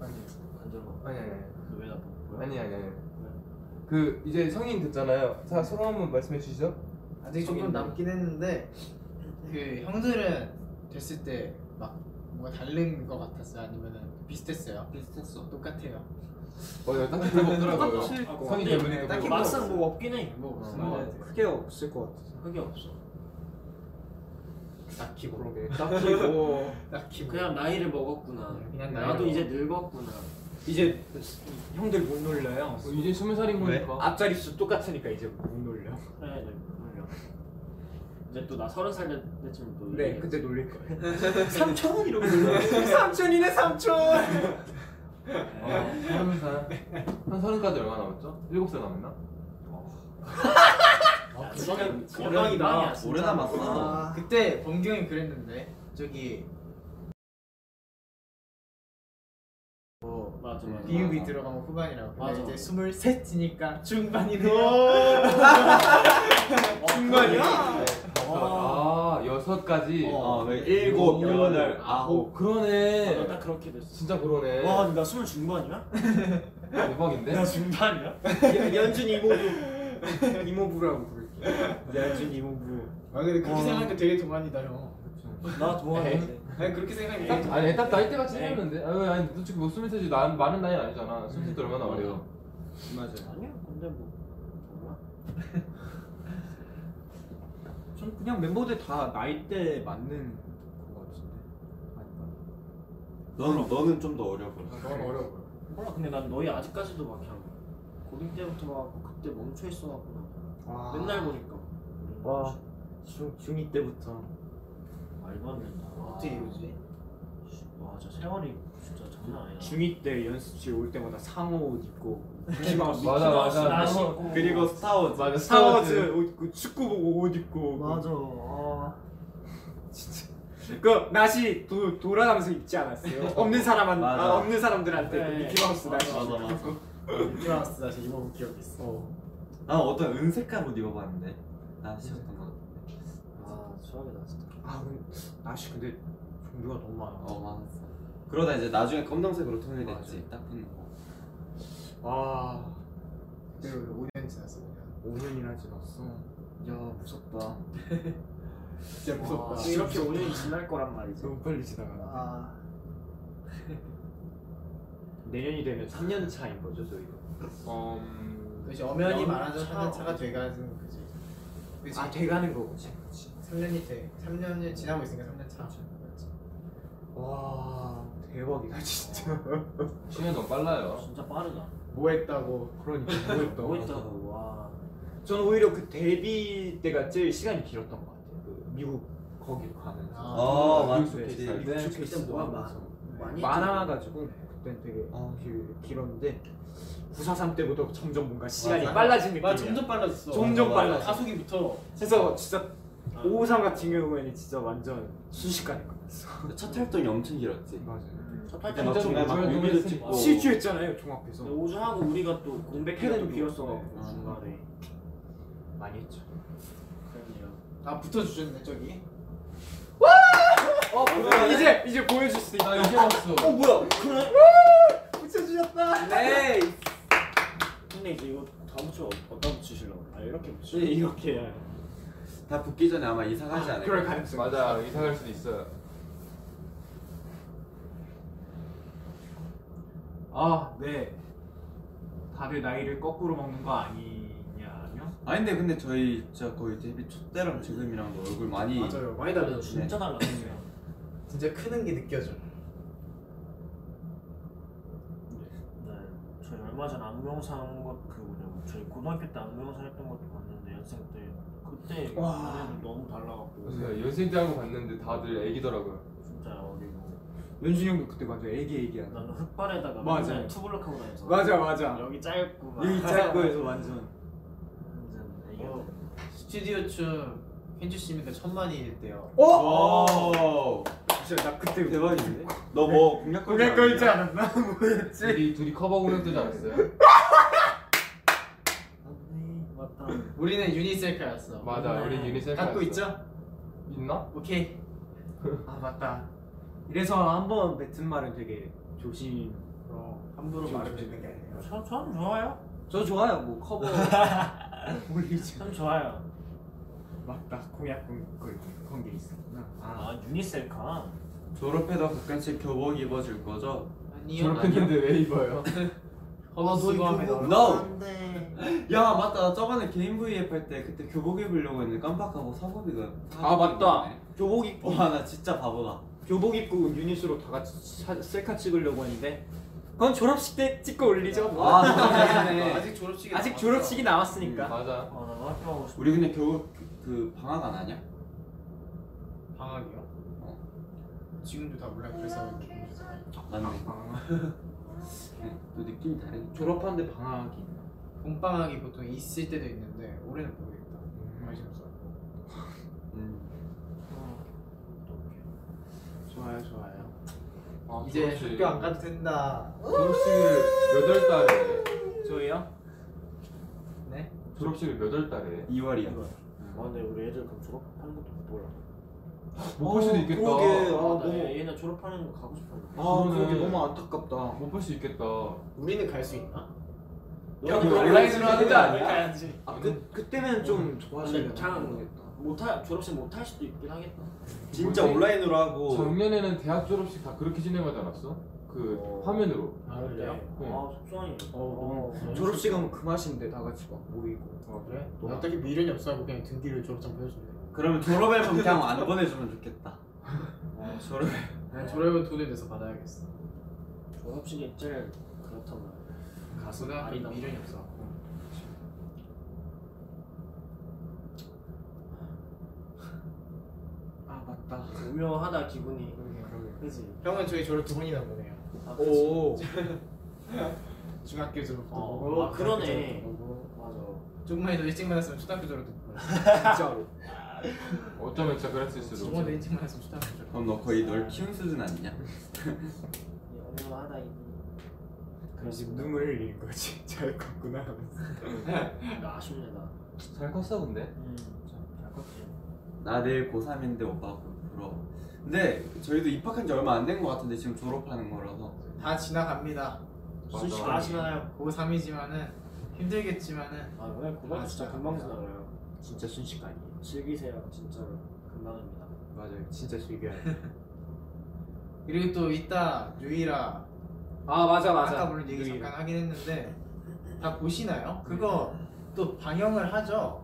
Speaker 4: 아니
Speaker 1: 안들어.
Speaker 4: 아니 아니
Speaker 1: 너왜 나쁜 뭐, 거야?
Speaker 4: 아니 아니 아니. 그 이제 성인 됐잖아요. 자 서로 한번 말씀해 주시죠.
Speaker 5: 아직 조금 남긴 했는데 그 형들은 됐을 때 막 뭔가 다른 거 같았어요? 아니면은 비슷했어요?
Speaker 2: 비슷했어.
Speaker 5: 똑같아요.
Speaker 4: 어, 딱히 별거 없더라고요.
Speaker 3: 똑같이
Speaker 1: 아,
Speaker 4: 성인
Speaker 1: 근데
Speaker 4: 되면
Speaker 1: 딱히
Speaker 4: 그거
Speaker 1: 막상 뭐 없긴 해. 음.
Speaker 5: 뭐 무슨
Speaker 4: 어,
Speaker 5: 거
Speaker 4: 맞아.
Speaker 5: 같아요?
Speaker 3: 크게 없을 것 같아서.
Speaker 1: 그게 없어.
Speaker 5: 딱히 모르고
Speaker 3: 딱히 뭐
Speaker 5: 딱히 모르고
Speaker 1: 그냥 나이를 먹었구나.
Speaker 5: 그냥 나이를
Speaker 1: 나도
Speaker 5: 먹-
Speaker 1: 이제 늙었구나.
Speaker 3: 이제 형들 못 놀려요. 뭐,
Speaker 4: 어, 이제 스무 살인
Speaker 2: 왜?
Speaker 4: 거니까.
Speaker 3: 앞자리 수 똑같으니까 이제 못 놀려.
Speaker 1: 그래, 네, 물려. 이제 또 나 서른 살 때쯤 또.
Speaker 3: 네,
Speaker 1: 이제
Speaker 3: 그때 놀릴 거예요.
Speaker 1: 삼촌 이러고 놀려.
Speaker 3: 삼촌이네 삼촌.
Speaker 1: 네.
Speaker 4: 어. 서른 살한 서른까지 얼마 남았죠? 일곱 살 남았나?
Speaker 1: 야,
Speaker 5: 그거는
Speaker 1: 지금 건강이다.
Speaker 2: 오래 남았어.
Speaker 5: 아, 그때 범경이 그랬는데 저기
Speaker 1: 맞아, 맞아.
Speaker 5: 비읍이 들어가면 후반이라고 근데
Speaker 1: 맞아.
Speaker 5: 이제 스물셋이니까 어. 중반이네요
Speaker 1: 아, 중간이야?
Speaker 4: 아, 여섯까지 아,
Speaker 2: 어, 왜 일곱, 여덟, 아홉.
Speaker 4: 어, 그러네
Speaker 1: 나딱 그렇게 됐어.
Speaker 4: 진짜 그러네
Speaker 6: 와, 근데 나 스물 중반이야?
Speaker 4: 대박인데?
Speaker 6: 나 중반이야?
Speaker 1: 연준 이모부.
Speaker 3: 이모부라고 부를게.
Speaker 6: 연준 이모부.
Speaker 5: 아 근데 그렇게
Speaker 6: 어.
Speaker 5: 생각하니까 되게 동안이다 형.
Speaker 6: 나 동안인데.
Speaker 4: 에이.
Speaker 1: 네.
Speaker 5: 아니 그렇게 생각하니까 딱
Speaker 4: 아니 딱 나이 때가 생겼는데 아니 아니 너 지금 뭐 스물 세지 난 많은 나이 아니잖아 스물 세때 얼마나 어려
Speaker 2: 맞아요.
Speaker 6: 아니야, 근데 뭐. 몰라.
Speaker 3: 전 그냥 멤버들 다 나이대에 맞는 거 같은데. 아닌가?
Speaker 2: 너는 너는 좀 더 어려 보여.
Speaker 4: 아,
Speaker 5: 너무 어려워. 보여.
Speaker 1: 몰라 근데 난 너희 아직까지도 막 그냥 고딩 때부터 막 그때 멈춰 있어갖고
Speaker 3: 와.
Speaker 1: 맨날 보니까.
Speaker 6: 와, 중, 중2 때부터.
Speaker 1: 말도 안 된다.
Speaker 5: 어떻게 이러지?
Speaker 1: 와, 저 세월이 진짜 장난 아니야.
Speaker 3: 중2 때 연습실 올 때마다 상호 옷 입고
Speaker 1: 미키마우스
Speaker 4: 맞아, 맞아.
Speaker 1: 나
Speaker 4: 그거-
Speaker 1: 신고.
Speaker 2: 그리고 스타워즈.
Speaker 4: 맞아
Speaker 3: 스타워즈 옷 입고 축구 보고 옷 입고
Speaker 6: 맞아.
Speaker 1: 어.
Speaker 6: 아.
Speaker 3: 그 나시 도, 돌아가면서 입지 않았어요? 없는 사람한
Speaker 2: 맞아.
Speaker 3: 아, 없는 사람들한테
Speaker 1: 네.
Speaker 3: 그 미키마우스 나시
Speaker 2: 맞아 맞아.
Speaker 6: 미키마우스 다시 이모부 기억 있어.
Speaker 2: 난 어떤 은색깔 옷 입어봤는데 나 싫었던 것 같아.
Speaker 1: 아, 추억이다 진짜.
Speaker 3: 아 근데 나시 근데 종류가 너무 많아
Speaker 2: 어 많았어. 그러다 이제 나중에 검정색으로 톤이 됐지. 딱 붙는 거.
Speaker 3: 아
Speaker 5: 그리고 5년 지났어 그냥.
Speaker 3: 5년이나 지났어
Speaker 5: 야 무섭다. 진짜 무섭다.
Speaker 3: 아,
Speaker 1: 와, 이렇게 5년이 지날 거란 말이지.
Speaker 3: 너무 빨리 지나가
Speaker 5: 아
Speaker 3: 내년이 되면 3년 차인 거죠 저희가
Speaker 4: 어... 음,
Speaker 5: 그렇지 엄연히
Speaker 1: 영-
Speaker 5: 말하자면
Speaker 1: 차-
Speaker 5: 3년 차가 돼가는 거지. 그치?
Speaker 3: 아 돼가는 거지
Speaker 5: 3년이 돼. 3년을 지나고 있으니까 3년 차.
Speaker 3: 와 대박이다 진짜
Speaker 4: 시간이 너무 빨라요
Speaker 1: 진짜 빠르다.
Speaker 5: 뭐 했다고.
Speaker 3: 그러니까 뭐였다
Speaker 1: 뭐 있다고 와.
Speaker 3: 저는 오히려 그 데뷔 때가 제일 시간이 길었던 것 같아요 그 미국 거기 가면서
Speaker 5: 아,
Speaker 2: 어
Speaker 4: 그때
Speaker 2: 맞지.
Speaker 3: 네,
Speaker 1: 그때 뭐가 많이
Speaker 3: 많아가지고 그땐 되게
Speaker 2: 어.
Speaker 3: 길, 길었는데 943 때부터 점점 뭔가 시간이
Speaker 2: 맞아.
Speaker 3: 빨라진 느낌이야
Speaker 5: 아 점점 빨라졌어.
Speaker 3: 점점
Speaker 2: 맞아,
Speaker 3: 빨라져
Speaker 5: 가속이 붙어.
Speaker 3: 그래서 진짜 553 같은 경우에는 진짜 완전 순식간에 끝났어
Speaker 2: 그 첫 활동이 엄청 길었지.
Speaker 3: 맞아요
Speaker 1: 첫
Speaker 2: 그때
Speaker 1: 활동
Speaker 2: 막
Speaker 1: 진짜
Speaker 2: 정말 막
Speaker 1: 오주
Speaker 2: 뮤비도
Speaker 1: 했으니까.
Speaker 2: 찍고.
Speaker 3: 실주했잖아요 종합에서
Speaker 1: 근데 오주하고 우리가 또 공백해도
Speaker 3: 팬은
Speaker 1: 비었어갖고
Speaker 2: 네.
Speaker 3: 아.
Speaker 1: 중간에.
Speaker 3: 많이 했죠
Speaker 1: 그랬네요.
Speaker 5: 아 붙어 주셨네 저기.
Speaker 3: 어 이제 이제 보여줄 수 있다
Speaker 4: 네. 나 이제 왔어
Speaker 2: 어 뭐야?
Speaker 3: 붙여주셨다 네
Speaker 1: 근데 이제 이거 다음 주 어디다 붙이시려고? 아 이렇게 붙이.
Speaker 2: 네,
Speaker 1: 이렇게 해야 해.
Speaker 2: 다 붙기 전에 아마 이사 가지 않을까.
Speaker 3: 그럴 가능성
Speaker 4: 맞아 이사 갈 수도 있어요
Speaker 3: 아네 다들 나이를 거꾸로 먹는 거 아니냐며
Speaker 2: 아닌데 근데 저희 진짜 거의 데뷔 초 때랑 지금이랑도 얼굴 많이
Speaker 5: 맞아요.
Speaker 1: 많이 달라졌어. 진짜 달라졌어요.
Speaker 5: 진짜 크는 게 느껴져.
Speaker 1: 네, 저희 얼마 전 안무영상 것그 뭐냐 저희 고등학교 때 안무영상 했던 것도 봤는데 연습생 때 그때
Speaker 3: 와.
Speaker 1: 노래도 너무 달라갖고
Speaker 2: 네.
Speaker 4: 그래서 연습생 때 하고 봤는데 다들 애기더라고요
Speaker 1: 진짜 어리고
Speaker 3: 연준이 형도 그때 맞아 애기 애기야
Speaker 1: 나는 흑발에다가
Speaker 3: 맞아.
Speaker 1: 맨날 투블럭하고 다녀서
Speaker 3: 맞아 맞아
Speaker 1: 여기 짧고 막
Speaker 3: 여기 짧고에서 완전
Speaker 1: 완전
Speaker 5: 어.
Speaker 1: 애기였어.
Speaker 5: 스튜디오 춤 현주 씨입니다. 천만이 일대요.
Speaker 3: 어?
Speaker 2: 오
Speaker 3: 진짜 나 그때
Speaker 2: 대박인데? 너 뭐 공략 걸지
Speaker 3: 그래 걸지 않았나? 뭐였지?
Speaker 4: 둘이 둘이 커버 공연 뜨지 않았어요?
Speaker 1: 언니 맞다
Speaker 5: 우리는 유니셀카였어.
Speaker 4: 맞아 우리 유니셀
Speaker 5: 갖고
Speaker 4: 갔어.
Speaker 5: 음. 있죠?
Speaker 4: 있나?
Speaker 5: 오케이.
Speaker 3: 아 맞다 이래서 한 번 뱉은 말은 되게 조심
Speaker 5: 어, 함부로 말을 듣는 게 아니에요.
Speaker 1: 참, 참 좋아요
Speaker 3: 저 좋아요 뭐 커버 올리지
Speaker 1: 참 좋아요
Speaker 3: 맞다 공약 그, 건게 있었구나 아,
Speaker 1: 아 유니셀카
Speaker 2: 졸업해도 가끔씩 교복 입어줄 거죠?
Speaker 5: 아니요. 아,
Speaker 4: 졸업했는데 그 왜 입어요?
Speaker 5: 허벅지
Speaker 2: 교복.
Speaker 5: 수거하면 뭐
Speaker 2: No.
Speaker 6: 안돼.
Speaker 2: 야 맞다 나 저번에 개인 브이앱 할 때 그때 교복 입으려고 했는데 깜빡하고 사고비가
Speaker 3: 아, 맞다. 교복 입고
Speaker 2: 와나 진짜 바보다
Speaker 3: 교복 입고 유닛으로 다 같이 사- 셀카 찍으려고 했는데 그건 졸업식 때 찍고 올리죠 뭐.
Speaker 2: 아 진짜
Speaker 5: 아직 졸업식이
Speaker 3: 아직
Speaker 5: 남았어.
Speaker 3: 졸업식이 남았으니까
Speaker 4: 음, 맞아
Speaker 1: 아나 학교 가고 싶어
Speaker 2: 우리 근데 겨우 그, 그 방학 안 하냐?
Speaker 5: 방학이요? 어. 지금도 다 몰라 네, 그래서
Speaker 2: 맞네
Speaker 3: 아,
Speaker 2: 네, 또 느낌이 다르네
Speaker 3: 졸업하는데 방학이 있나?
Speaker 5: 봄방학이 보통 있을 때도 있는데 올해는 모르겠다. 관심 없어.
Speaker 2: 음.
Speaker 3: 좋아요 좋아요
Speaker 4: 아,
Speaker 5: 이제
Speaker 4: 졸업식.
Speaker 5: 학교 안 가도 된다.
Speaker 4: 졸업식을 몇월 달에
Speaker 3: 저희요?
Speaker 5: 네?
Speaker 4: 졸업식을 몇월 달에
Speaker 2: 2월이야
Speaker 1: 아 근데 우리 애들 그럼 졸업하는 것도 못 보려고
Speaker 4: 못 볼 수도 있겠다.
Speaker 2: 그러게. 아,
Speaker 1: 나
Speaker 2: 너무-
Speaker 1: 네, 얘- 얘나 졸업하는 거 가고 싶었는데
Speaker 2: 아 그러게
Speaker 4: 그러네.
Speaker 2: 너무 안타깝다.
Speaker 4: 못 볼 수 있겠다.
Speaker 6: 우리는 갈 수 있나?
Speaker 4: 야, 그거 온라인으로 하는 거 아니야?
Speaker 6: 가야지.
Speaker 2: 아그 그때는 좀 어, 좋아하는
Speaker 1: 참. 못할 졸업식 못 할 수도 있긴 하겠다
Speaker 2: 진짜
Speaker 4: 뭐지?
Speaker 2: 온라인으로 하고
Speaker 4: 작년에는 대학 졸업식 다 그렇게 진행하지 않았어? 그
Speaker 2: 어.
Speaker 4: 화면으로.
Speaker 1: 아
Speaker 5: 네.
Speaker 1: 그래요?
Speaker 4: 어.
Speaker 1: 아 속상해
Speaker 2: 어,
Speaker 1: 어,
Speaker 2: 졸업식 하면 그 맛인데 다 같이 막 모이고.
Speaker 6: 어, 그래?
Speaker 5: 너뭐 어떻게 미련이 없어하고 그냥 등 뒤로 졸업장 보여준대
Speaker 2: 그러면 졸업앨 검장 안 보내주면 좋겠다. 어, 졸업.
Speaker 5: 난 졸업은 네, 돈을 내서 받아야겠어
Speaker 1: 졸업식이 제일 그렇단 말이야
Speaker 5: 가수가
Speaker 1: 아니다.
Speaker 5: 미련이 없어
Speaker 2: 아 맞다.
Speaker 1: 우묘하다 기분이 그지?
Speaker 5: 형은 저희 졸업 두 번이나 보네요
Speaker 1: 아, 그치.
Speaker 2: 오.
Speaker 5: 중학교 졸업도
Speaker 1: 어,
Speaker 5: 보고
Speaker 1: 아, 그러네.
Speaker 5: 고등학교 졸업도 보고.
Speaker 1: 맞아
Speaker 5: 조금만 더 일찍 만났으면 초등학교 졸업도 보고
Speaker 2: 진짜로.
Speaker 4: 어쩌면 진짜 그랬을
Speaker 5: 조금만 더
Speaker 4: 수도.
Speaker 5: 일찍 만났으면 초등학교 졸업
Speaker 2: 그럼 너 거의 널 키운 수준 아니냐?
Speaker 1: 이 우묘하다 이
Speaker 5: 그럼 지금 눈물 흘리는 거지 잘 컸구나 하면서
Speaker 1: 나 아쉽네 나 음,
Speaker 4: 잘 컸어 근데.
Speaker 1: 잘 컸지
Speaker 2: 나 내일 고3인데 오빠가 부러워. 근데 저희도 입학한 지 얼마 안 된 것 같은데 지금 졸업하는 거라서.
Speaker 5: 다 지나갑니다
Speaker 1: 순식간에 아시나요?
Speaker 5: 고3이지만은 힘들겠지만은
Speaker 1: 아왜 그건
Speaker 5: 아,
Speaker 1: 진짜
Speaker 5: 진짜.
Speaker 1: 금방 지나가요
Speaker 6: 진짜 순식간이에요.
Speaker 1: 즐기세요 진짜로 금방입니다
Speaker 6: 맞아요. 진짜 즐겨요.
Speaker 5: 그리고 또 이따 유이라
Speaker 3: 아 맞아
Speaker 5: 아까 물론 얘기 잠깐 하긴 했는데 다 보시나요? 그거 또 방영을 하죠.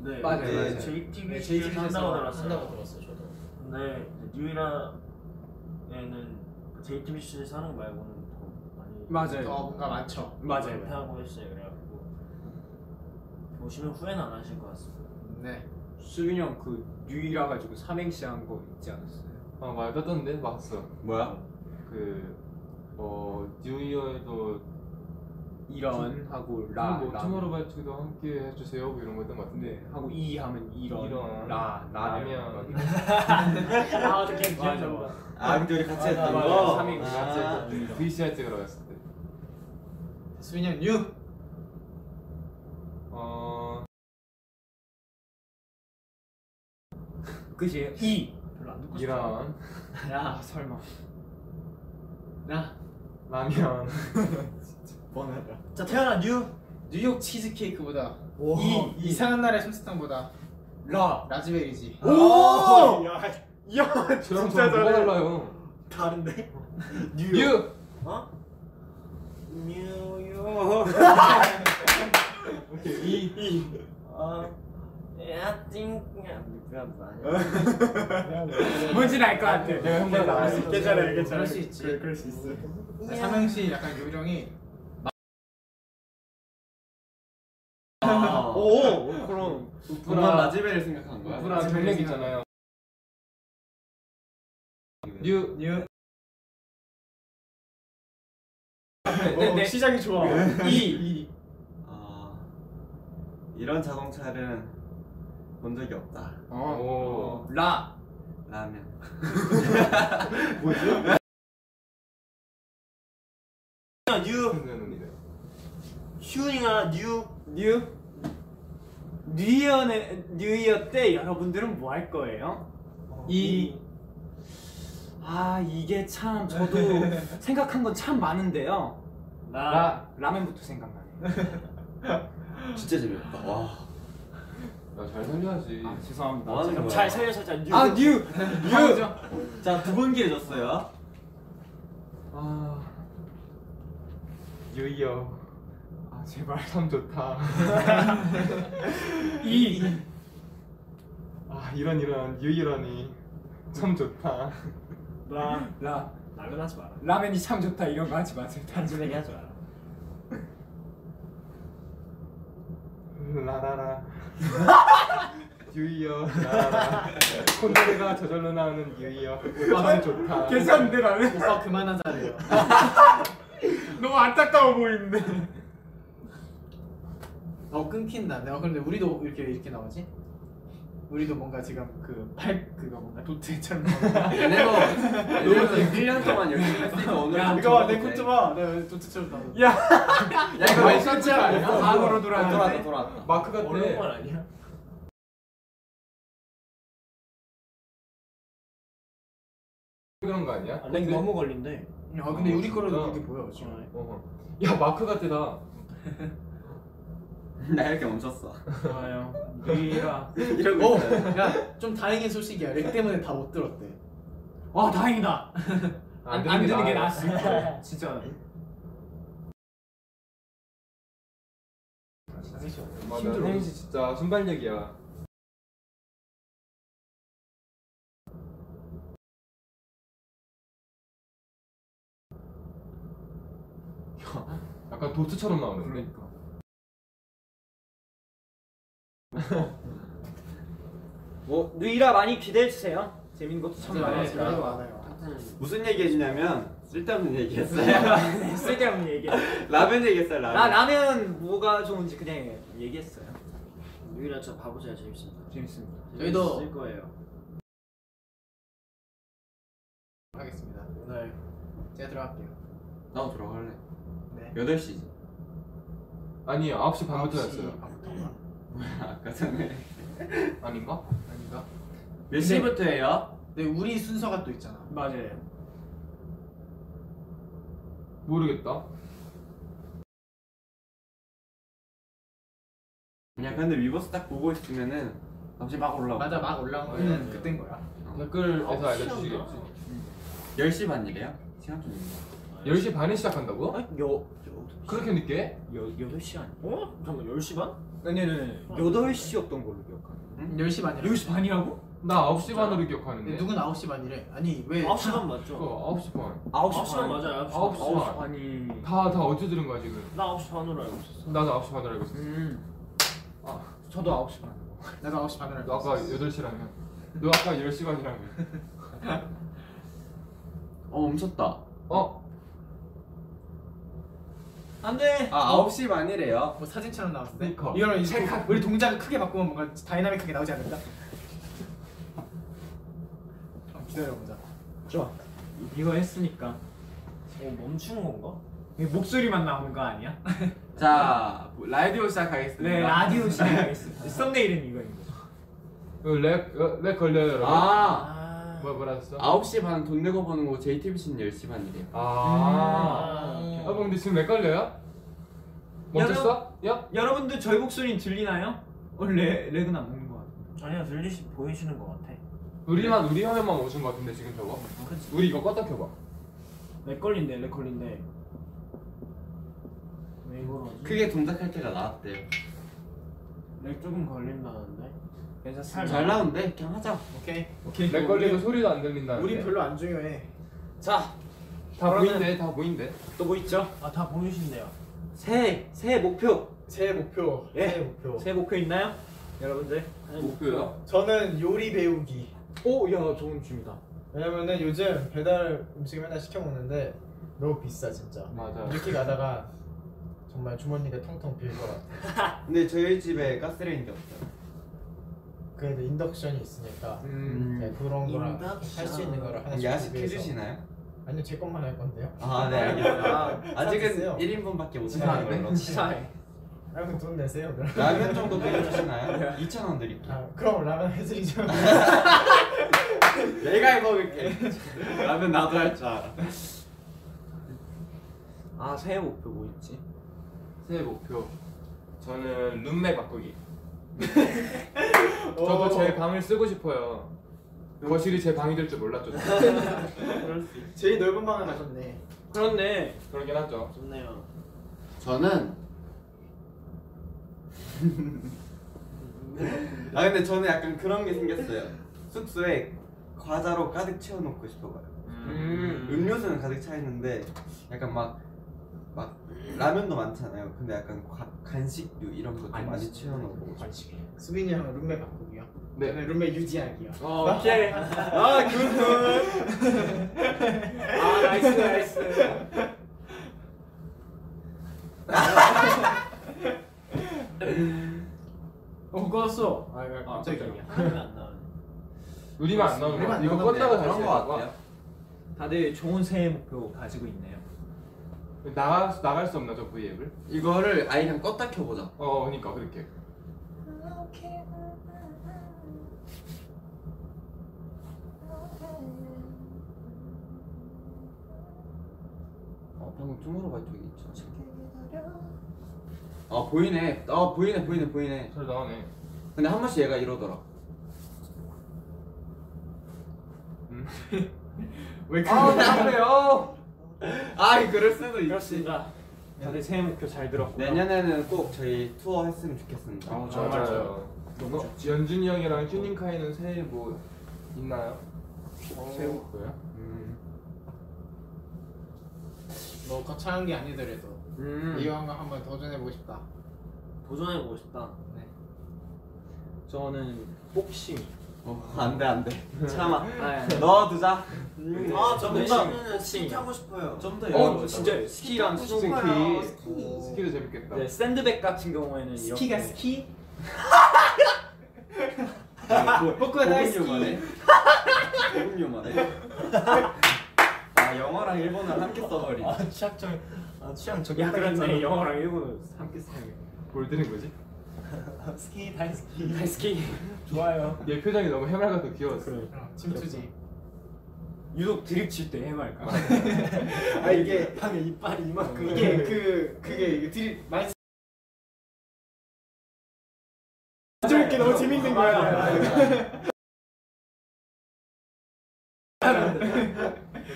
Speaker 1: 네
Speaker 3: 맞아요,
Speaker 1: 네,
Speaker 3: 맞아요.
Speaker 1: JTBC
Speaker 5: JTBC 에서
Speaker 1: 한다고
Speaker 5: 한다고
Speaker 1: 알았어요
Speaker 5: 들었어요. 저도.
Speaker 1: 근데 뉴이라에는 그 JTBC에서 하는 거 말고는 더 많이
Speaker 5: 더 어, 뭔가 많죠.
Speaker 1: 은퇴하고 했어요 그래가지고 보시면 후회는 안 하실 것 같습니다
Speaker 5: 네.
Speaker 3: 수빈이 형그 뉴이라 가지고 삼행시 한 거 있지 않았어요?
Speaker 4: 아 많이 떴던데 봤어.
Speaker 2: 뭐야?
Speaker 4: 그어 뉴이어에도
Speaker 3: 이런 하고 라
Speaker 4: 뭐
Speaker 3: 라.
Speaker 4: 투모로우바이투게더 함께 해주세요 뭐 이런 거 했던 것 같은데.
Speaker 3: 네 하고 이 하면 이런,
Speaker 4: 이런,
Speaker 3: 라 라면
Speaker 4: 라면.
Speaker 1: 아 그게
Speaker 3: 맞아, 네,
Speaker 2: 아 근데 우리 같이 했던
Speaker 3: 맞아.
Speaker 2: 거.
Speaker 3: 삼행시 같이
Speaker 2: 아,
Speaker 4: VCR 찍으러 갔을 때.
Speaker 5: 수빈이 형 뉴.
Speaker 4: 어
Speaker 3: 그지? 이
Speaker 1: 별로 안 듣고 싶어
Speaker 4: 이런
Speaker 5: 야 설마. 나
Speaker 4: 라면.
Speaker 5: 뻔하다.
Speaker 1: 자 태어난 뉴
Speaker 5: 뉴욕 치즈케이크보다
Speaker 1: 오.
Speaker 5: 이 이상한 나라의 솜사탕보다
Speaker 3: 라.
Speaker 5: 라즈베리지.
Speaker 6: 오! 야,
Speaker 4: 저랑 저랑 뭐가 달라요?
Speaker 6: 다른데?
Speaker 4: 뉴.
Speaker 1: 어? 뉴욕
Speaker 4: 오케이 이.
Speaker 1: 어 I think 미안
Speaker 3: 뭔지 알것 같아.
Speaker 4: 내가 형보다 나아.
Speaker 6: 괜찮아요, 괜찮아요.
Speaker 5: 그럴 수 있지.
Speaker 6: 그래, 그럴 수 있어.
Speaker 5: 삼행시 약간 요령이
Speaker 2: 아,
Speaker 6: 오!
Speaker 4: 그럼
Speaker 2: 엄마
Speaker 4: 우프라
Speaker 2: 라즈베리를 생각한 거야?
Speaker 4: 우프라 전략 있잖아요. 뉴
Speaker 5: 뉴.
Speaker 3: 네, 네.
Speaker 6: 어, 시작이 좋아.
Speaker 3: 이.
Speaker 2: 아, 이런 자동차는 본 적이 없다.
Speaker 3: 어.
Speaker 4: 오.
Speaker 3: 라.
Speaker 2: 라면.
Speaker 1: 뉴 휴닝아 뉴
Speaker 3: 뉴. 뉴이어 뉴이어 때 여러분들은 뭐 할 거예요? 이. 아 이게 참 저도 생각한 건 참 많은데요.
Speaker 1: 나
Speaker 3: 라 라면부터 생각나네요.
Speaker 2: 진짜 재미없다. 와.
Speaker 4: 나잘 살려야지.
Speaker 3: 아
Speaker 2: 뭐
Speaker 6: 어,
Speaker 3: 죄송합니다.
Speaker 2: 하는 거야?
Speaker 1: 잘 살려서 자 뉴.
Speaker 3: 아 뉴. 뉴.
Speaker 2: 자, 두 번 기회 줬어요.
Speaker 4: 아 유이어 아 제발 참 좋다
Speaker 3: 이.
Speaker 4: 아 이런 이런 유이라니 참 좋다
Speaker 1: 나
Speaker 3: 라.
Speaker 1: 라면 하지 마라.
Speaker 3: 라면이 참 좋다 이런 거 하지 마세요.
Speaker 1: 단순 얘기 하지 마라.
Speaker 4: 라라라 유이어 라라라 콧노래가 저절로 나오는 유이어 참 좋다
Speaker 3: 아, 괜찮은데 라면?
Speaker 5: 오빠 그만하자래요.
Speaker 3: 너무 안타까워 보이는데.
Speaker 5: 어 끊긴다. 내가 근데 우리도 이렇게 이렇게 나오지? 우리도 뭔가 지금 그 팔 그거 뭔가 도트처럼.
Speaker 2: 얘네도, 뭐. 얘네도 1년 동안 열심히 했으니까 오늘
Speaker 3: 야,
Speaker 2: 한
Speaker 5: 이거
Speaker 2: 번
Speaker 5: 봐, 내
Speaker 2: 더 돼.
Speaker 5: 콧좀 봐. 내가 도트처럼 나오고.
Speaker 2: 야, 이거 왜
Speaker 3: 셔츠
Speaker 2: 아니야?
Speaker 3: 과거로
Speaker 2: 돌아왔다,
Speaker 3: 돌아왔네.
Speaker 1: 네.
Speaker 2: 돌아왔다.
Speaker 4: 마크 같아
Speaker 1: 어려운 건 아니야?
Speaker 4: 그런 거 아니야?
Speaker 1: 아, 렉 너무 걸린대.
Speaker 5: 아 근데
Speaker 4: 어,
Speaker 5: 우리
Speaker 3: 그러니까.
Speaker 5: 거라도
Speaker 4: 진짜?
Speaker 5: 그게 보여 지금.
Speaker 1: 어,
Speaker 4: 어. 야 마크 같대다.
Speaker 2: 나 이렇게 멈췄어.
Speaker 3: 좋아요. 미라.
Speaker 2: 이러고
Speaker 5: 어,
Speaker 2: 있어요.
Speaker 5: 야좀 다행인 소식이야. 렉 때문에 다 못 들었대.
Speaker 3: 와 다행이다.
Speaker 4: 아,
Speaker 3: 안, 안 되는 게 나았어. 진짜.
Speaker 4: 힘들어. 혜민 씨 진짜 순발력이야. 약간 도트처럼 나오는데.
Speaker 3: 그러니까. 그러니까. 뭐 미라 많이 기대해 주세요. 재밌는 것도 참
Speaker 5: 맞아요.
Speaker 3: 많으니까.
Speaker 5: 많아요.
Speaker 2: 무슨 얘기 해주냐면 쓸데없는 얘기 했어요.
Speaker 3: 네. 쓸데없는 얘기.
Speaker 2: 라면 얘기 했어요,
Speaker 3: 나
Speaker 2: 라면.
Speaker 3: 라면 뭐가 좋은지 그냥 얘기했어요.
Speaker 6: 유일한 저 바보자야 재밌습니다.
Speaker 3: 재밌습니다.
Speaker 5: 저희도-
Speaker 6: 재밌을 거예요.
Speaker 5: 하겠습니다.
Speaker 1: 네.
Speaker 5: 제가 들어갈게요.
Speaker 2: 나도 들어갈래.
Speaker 5: 네.
Speaker 2: 8시지.
Speaker 4: 아니 9시 반부터
Speaker 5: 아홉 시
Speaker 4: 였어요.
Speaker 5: 반부터인가?
Speaker 2: 아까 전에.
Speaker 4: 아닌가?
Speaker 5: 아닌가?
Speaker 2: 몇 시부터예요?
Speaker 5: 네 우리 순서가 또 있잖아.
Speaker 3: 맞아요.
Speaker 4: 모르겠다.
Speaker 2: 그냥 근데 위버스 딱 보고 있으면은 잠시 막
Speaker 3: 어.
Speaker 2: 올라와.
Speaker 5: 맞아 막 올라온
Speaker 3: 네,
Speaker 5: 거는 그땐 거야.
Speaker 4: 댓글에서 알려주시겠지.
Speaker 2: 10시 반이래요? 시간 좀 있네.
Speaker 4: 10시 반에
Speaker 3: 어?
Speaker 4: 시작한다고?
Speaker 1: 아, 여, 여,
Speaker 4: 그렇게 늦게?
Speaker 1: 여, 8시 아니 어? 잠깐만, 10시 반?
Speaker 3: 네, 아니요, 8시였던 걸로 기억하는데.
Speaker 5: 10시 반이라.
Speaker 3: 10시 반이라고?
Speaker 4: 나 9시 반으로 기억하는데.
Speaker 5: 근데 누군 9시 반이래. 아니 왜
Speaker 1: 9시 반 맞죠?
Speaker 4: 그거 9시 반.
Speaker 1: 네. 9시 반 맞아요, 9시 반.
Speaker 4: 아홉 시.
Speaker 3: 9시 반이.
Speaker 4: 다, 다 어째 들은 거야, 지금?
Speaker 1: 나 9시 반으로 알고 있었어.
Speaker 4: 나도 9시 반으로 알고 있어.
Speaker 3: 음. 아, 저도 9시 반.
Speaker 5: 나도 9시 반이라.
Speaker 4: 너 아까 8시라며. 너 아까 10시 반이라며.
Speaker 2: 어, 멈췄다.
Speaker 4: 어?
Speaker 3: 안 돼!
Speaker 2: 아, 9시 반이래요.
Speaker 5: 뭐 사진처럼 나왔는데
Speaker 4: 스니커.
Speaker 5: 이거는 이제 동- 우리 동작을 크게 바꾸면 뭔가 다이나믹하게 나오지 않을까? 한번 기다려보자
Speaker 3: 좋아. 이거 했으니까.
Speaker 1: 어, 멈춘 건가?
Speaker 3: 이게 목소리만 나오는 거 아니야?
Speaker 2: 자, 라디오 시작하겠습니다.
Speaker 3: 네, 라디오 진행하겠습니다. 썸네일은 이거입니다.
Speaker 4: 이거 렉, 어, 렉 걸려요, 여러분.
Speaker 2: 아,
Speaker 1: 아.
Speaker 4: 뭐야, 뭐라 했어?
Speaker 2: 9시 반 돈 내고 보는 거 JTBC는 10시 반이래요.
Speaker 4: 아.
Speaker 3: 음.
Speaker 1: 아.
Speaker 4: 여보, 근데 지금 렉 걸려요? 멈췄어? 야?
Speaker 3: 여러분들 저희 목소리 들리나요? 원래 렉은 안 먹는 거 같아요.
Speaker 1: 아니야, 들리시, 보이시는 것 같아.
Speaker 4: 우리만, 우리 화면만 오신 거 같은데, 지금 저거?
Speaker 1: 그치?
Speaker 4: 우리 이거 껐다 켜봐.
Speaker 1: 렉 걸린대, 렉 걸린대. 왜 이걸 하지?
Speaker 2: 크게 동작할 때가 나왔대요.
Speaker 1: 렉 조금 걸린다는데?
Speaker 3: 괜찮습니다.
Speaker 2: 잘 나온대. 그냥 하자.
Speaker 5: 오케이
Speaker 3: 오케이.
Speaker 4: 렉 걸리고 소리도 안 들린다는데.
Speaker 5: 우리 별로 안 중요해
Speaker 3: 자,
Speaker 4: 다
Speaker 3: 그러면-
Speaker 4: 보인대, 다 보인대.
Speaker 3: 또 뭐 있죠?
Speaker 1: 아, 다 보이신대요.
Speaker 3: 새해, 새해 목표.
Speaker 5: 제 목표
Speaker 3: 예.
Speaker 5: 제 목표
Speaker 3: 새해 목표 있나요? 여러분들?
Speaker 2: 목표요?
Speaker 5: 저는 요리 배우기
Speaker 3: 오, 야, 좋은 춤이다.
Speaker 5: 왜냐면은 요즘 배달 음식 맨날 시켜 먹는데 너무 비싸 진짜
Speaker 4: 맞아.
Speaker 5: 이렇게 가다가 정말 주머니가 텅텅 빌 것 같아
Speaker 2: 근데 저희 집에 가스레인지 없어요.
Speaker 5: 그래도 인덕션이 있으니까
Speaker 4: 음.
Speaker 5: 네, 그런 거랑
Speaker 1: 인덕션.
Speaker 5: 할 수 있는
Speaker 2: 아,
Speaker 5: 거랑 하나씩
Speaker 2: 야식
Speaker 5: 준비해서.
Speaker 2: 해주시나요?
Speaker 5: 아니요 제 것만 할 건데요
Speaker 2: 아, 네, 알겠습니다. 네,
Speaker 5: 드세요.
Speaker 2: 아직은 1인분밖에 못하는
Speaker 3: 네?
Speaker 2: 걸로.
Speaker 3: 치사해.
Speaker 5: 여러분 돈 내세요 아, 그럼
Speaker 2: 라면 정도 끓여주시나요? 2,000원 드릴게요.
Speaker 5: 아, 그럼 라면 해드리죠.
Speaker 2: 내가 해먹을게. 라면 나도 할 줄 알아.
Speaker 3: 아, 새해 목표 뭐 있지?
Speaker 4: 새해 목표. 저는 룸메 바꾸기.
Speaker 5: 오.
Speaker 4: 저도 제 방을 쓰고 싶어요. 거실이 제 방이 될 줄 몰랐죠.
Speaker 5: 제일 넓은 방을 가셨네.
Speaker 3: 그렇네.
Speaker 4: 그러긴 하죠.
Speaker 1: 좋네요.
Speaker 2: 저는 아 근데 저는 약간 그런 게 생겼어요. 숙소에 과자로 가득 채워놓고 싶어봐요.
Speaker 4: 음.
Speaker 2: 음료수는 가득 차 있는데 약간 막 막 라면도 많잖아요. 근데 약간 과- 간식류 이런 것도 많이 채워놓고 싶어요.
Speaker 5: 수빈이 형은 룸메 바꾸기요.
Speaker 4: 네.
Speaker 5: 저는 룸메 유지하기요.
Speaker 3: 어, 오케이. 아, 굿굿. 아, 나이스, 나이스.
Speaker 5: 어, 꺼졌어. 아, 깜짝이야.
Speaker 1: 하나가 안 나오네.
Speaker 4: 우리만 안 나오는 거
Speaker 5: 우리만
Speaker 4: 같아.
Speaker 5: 안
Speaker 4: 이거
Speaker 5: 나오는데
Speaker 4: 껐다가 다시
Speaker 2: 그런 거
Speaker 4: 해야 될까?
Speaker 2: 같아요.
Speaker 3: 다들 좋은 새해 목표 가지고 있네요.
Speaker 4: 나갈 수- 나갈 수 없나 저 V 앱을?
Speaker 2: 이거를 아이랑 껐다 켜보자.
Speaker 4: 어, 그러니까 그렇게.
Speaker 8: Okay.
Speaker 2: 어, 방금 춤으로 봤 적이 있죠.
Speaker 3: 아 보이네. 아 보이네 보이네 보이네.
Speaker 4: 잘 나오네.
Speaker 2: 근데 한 번씩 얘가 이러더라.
Speaker 5: 왜 그래?
Speaker 3: 아
Speaker 4: 어,
Speaker 3: 나래요.
Speaker 2: 아이 그럴 수도 있지.
Speaker 3: 그렇습니다. 다들 새해 목표 잘 들었고.
Speaker 2: 내년에는 꼭 저희 투어 했으면 좋겠습니다.
Speaker 3: 아,
Speaker 4: 잘
Speaker 3: 맞아요.
Speaker 4: 너무 연준이 뭐, 형이랑 휴닝카이는 새해 뭐 있나요? 새해 목표요?
Speaker 2: 음,
Speaker 5: 뭐 거창한 게 아니더라도
Speaker 3: 음.
Speaker 5: 이왕 한번 도전해보고 싶다.
Speaker 1: 도전해보고 싶다.
Speaker 5: 네.
Speaker 3: 저는 복싱.
Speaker 2: 어, 안돼 안돼. 참아. 네.
Speaker 3: 아,
Speaker 2: 넣어두자.
Speaker 6: 아, 저
Speaker 1: 뭔가
Speaker 6: 내년에는 스키 하고 싶어요.
Speaker 2: 좀더
Speaker 4: 어, 진짜
Speaker 3: 네. 스키랑
Speaker 6: 하고
Speaker 3: 수동키.
Speaker 6: 싶어요. 스키.
Speaker 4: 스키도 재밌겠다.
Speaker 3: 네, 샌드백 같은 경우에는
Speaker 5: 스키가
Speaker 3: 이렇게.
Speaker 5: 스키?
Speaker 2: 아,
Speaker 3: 복구가
Speaker 2: 고급료만해. 고급료만해. 아 영어랑 일본어를 함께 써버리.
Speaker 6: 아, 취향적, 아, 취향적.
Speaker 3: 야 그렇네 영어랑 일본어 함께 사용해.
Speaker 4: 뭘 드는 거지?
Speaker 6: 스키, 다이스키.
Speaker 3: 아, 스키.
Speaker 1: 좋아요.
Speaker 4: 얘 표정이 너무 해맑아서 귀여웠어.
Speaker 3: 그래.
Speaker 5: 침투지.
Speaker 3: 유독 드립 칠 때 해맑아.
Speaker 6: 아, 이게 방에 이빨이 이만큼.
Speaker 5: 이게
Speaker 3: 네.
Speaker 5: 그 그게 이게 드립 많이
Speaker 3: 이게 너무 재밌는 거야.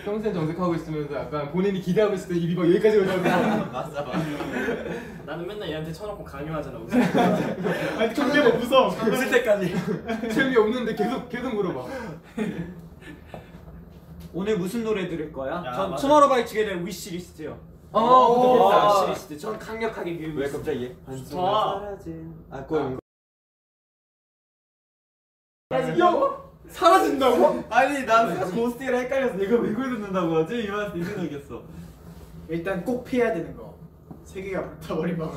Speaker 4: 평생 정색하고 있으면서 약간 본인이 기대하고 있을 때 입이 막 여기까지 오잖아.
Speaker 2: 맞아.
Speaker 1: 나는 맨날 얘한테 쳐놓고 강요하잖아.
Speaker 5: 아니 존재가 뭐 무서워.
Speaker 1: 웃을 때까지.
Speaker 4: 재미없는데 계속 계속 물어봐.
Speaker 3: 오늘 무슨 노래 들을 거야?
Speaker 6: 야,
Speaker 3: 전
Speaker 6: 맞아.
Speaker 3: 투모로우바이투게더의 위시 리스트요. 아,
Speaker 4: 어,
Speaker 3: 위시
Speaker 4: 어,
Speaker 3: 리스트. 전 강력하게 위시
Speaker 2: 왜
Speaker 3: 리스트.
Speaker 2: 갑자기?
Speaker 1: 좋아.
Speaker 2: 사라진. 아 그거.
Speaker 3: 야, 사라진다고?
Speaker 2: 아니 난 고스티랑 헷갈려서 이거 왜 그러는다고 하지? 이만 이 생각했어.
Speaker 5: 일단 꼭 피해야 되는 거. 세계가 불타버린 거.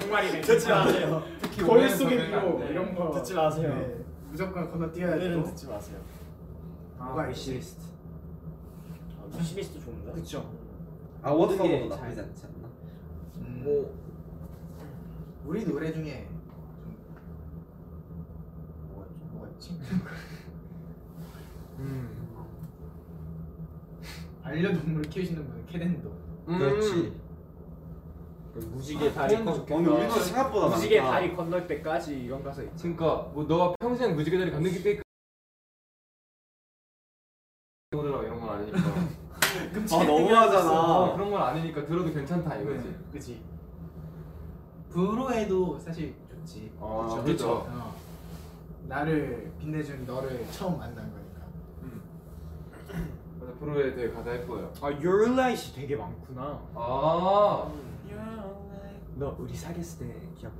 Speaker 1: 정말이네.
Speaker 6: 듣지 마세요.
Speaker 5: 거울 속의 비로
Speaker 4: 네.
Speaker 5: 이런 거.
Speaker 6: 듣지 마세요.
Speaker 5: 네. 무조건 건너뛰어야
Speaker 6: 오늘은
Speaker 1: 네.
Speaker 5: 되고.
Speaker 6: 듣지 마세요.
Speaker 3: 아, 위시 리스트.
Speaker 1: 아, 시비스도 좋은데?
Speaker 3: 그쵸.
Speaker 2: 아 워터파워도
Speaker 3: 그게
Speaker 2: 나쁘지
Speaker 3: 잘-
Speaker 2: 않지 않나?
Speaker 5: 음,
Speaker 3: 뭐
Speaker 5: 우리 노래 중에 좀 뭐가 좀 뭐가 있지?
Speaker 4: 음.
Speaker 5: 반려동물 키우시는 분은 캐덴도.
Speaker 4: 음.
Speaker 2: 그렇지.
Speaker 3: 무지개 다리
Speaker 4: 그건
Speaker 3: 건. 어,
Speaker 2: 오늘 우리도 생각보다 많다. 아,
Speaker 3: 무지개 다리 건널 때까지 이런 가사 있지.
Speaker 4: 그러니까 뭐 너가 평생 무지개다리 건너기 때문에 오느라 이런 건 아니니까.
Speaker 2: 아
Speaker 4: 어,
Speaker 2: 너무하잖아.
Speaker 4: 그런 건 아니니까 들어도 괜찮다 이거지.
Speaker 5: 네, 그지. 불호에도 사실 좋지.
Speaker 4: 아,
Speaker 5: 그쵸?
Speaker 4: 그쵸.
Speaker 5: 어. 나를 빛내준 너를 처음 만난 거니까.
Speaker 4: 맞아, 브루에 되게 가사 예뻐요.
Speaker 3: 아, Your Light이 되게 많구나.
Speaker 4: 아,
Speaker 3: 너 우리 사귀었을 때 기억해?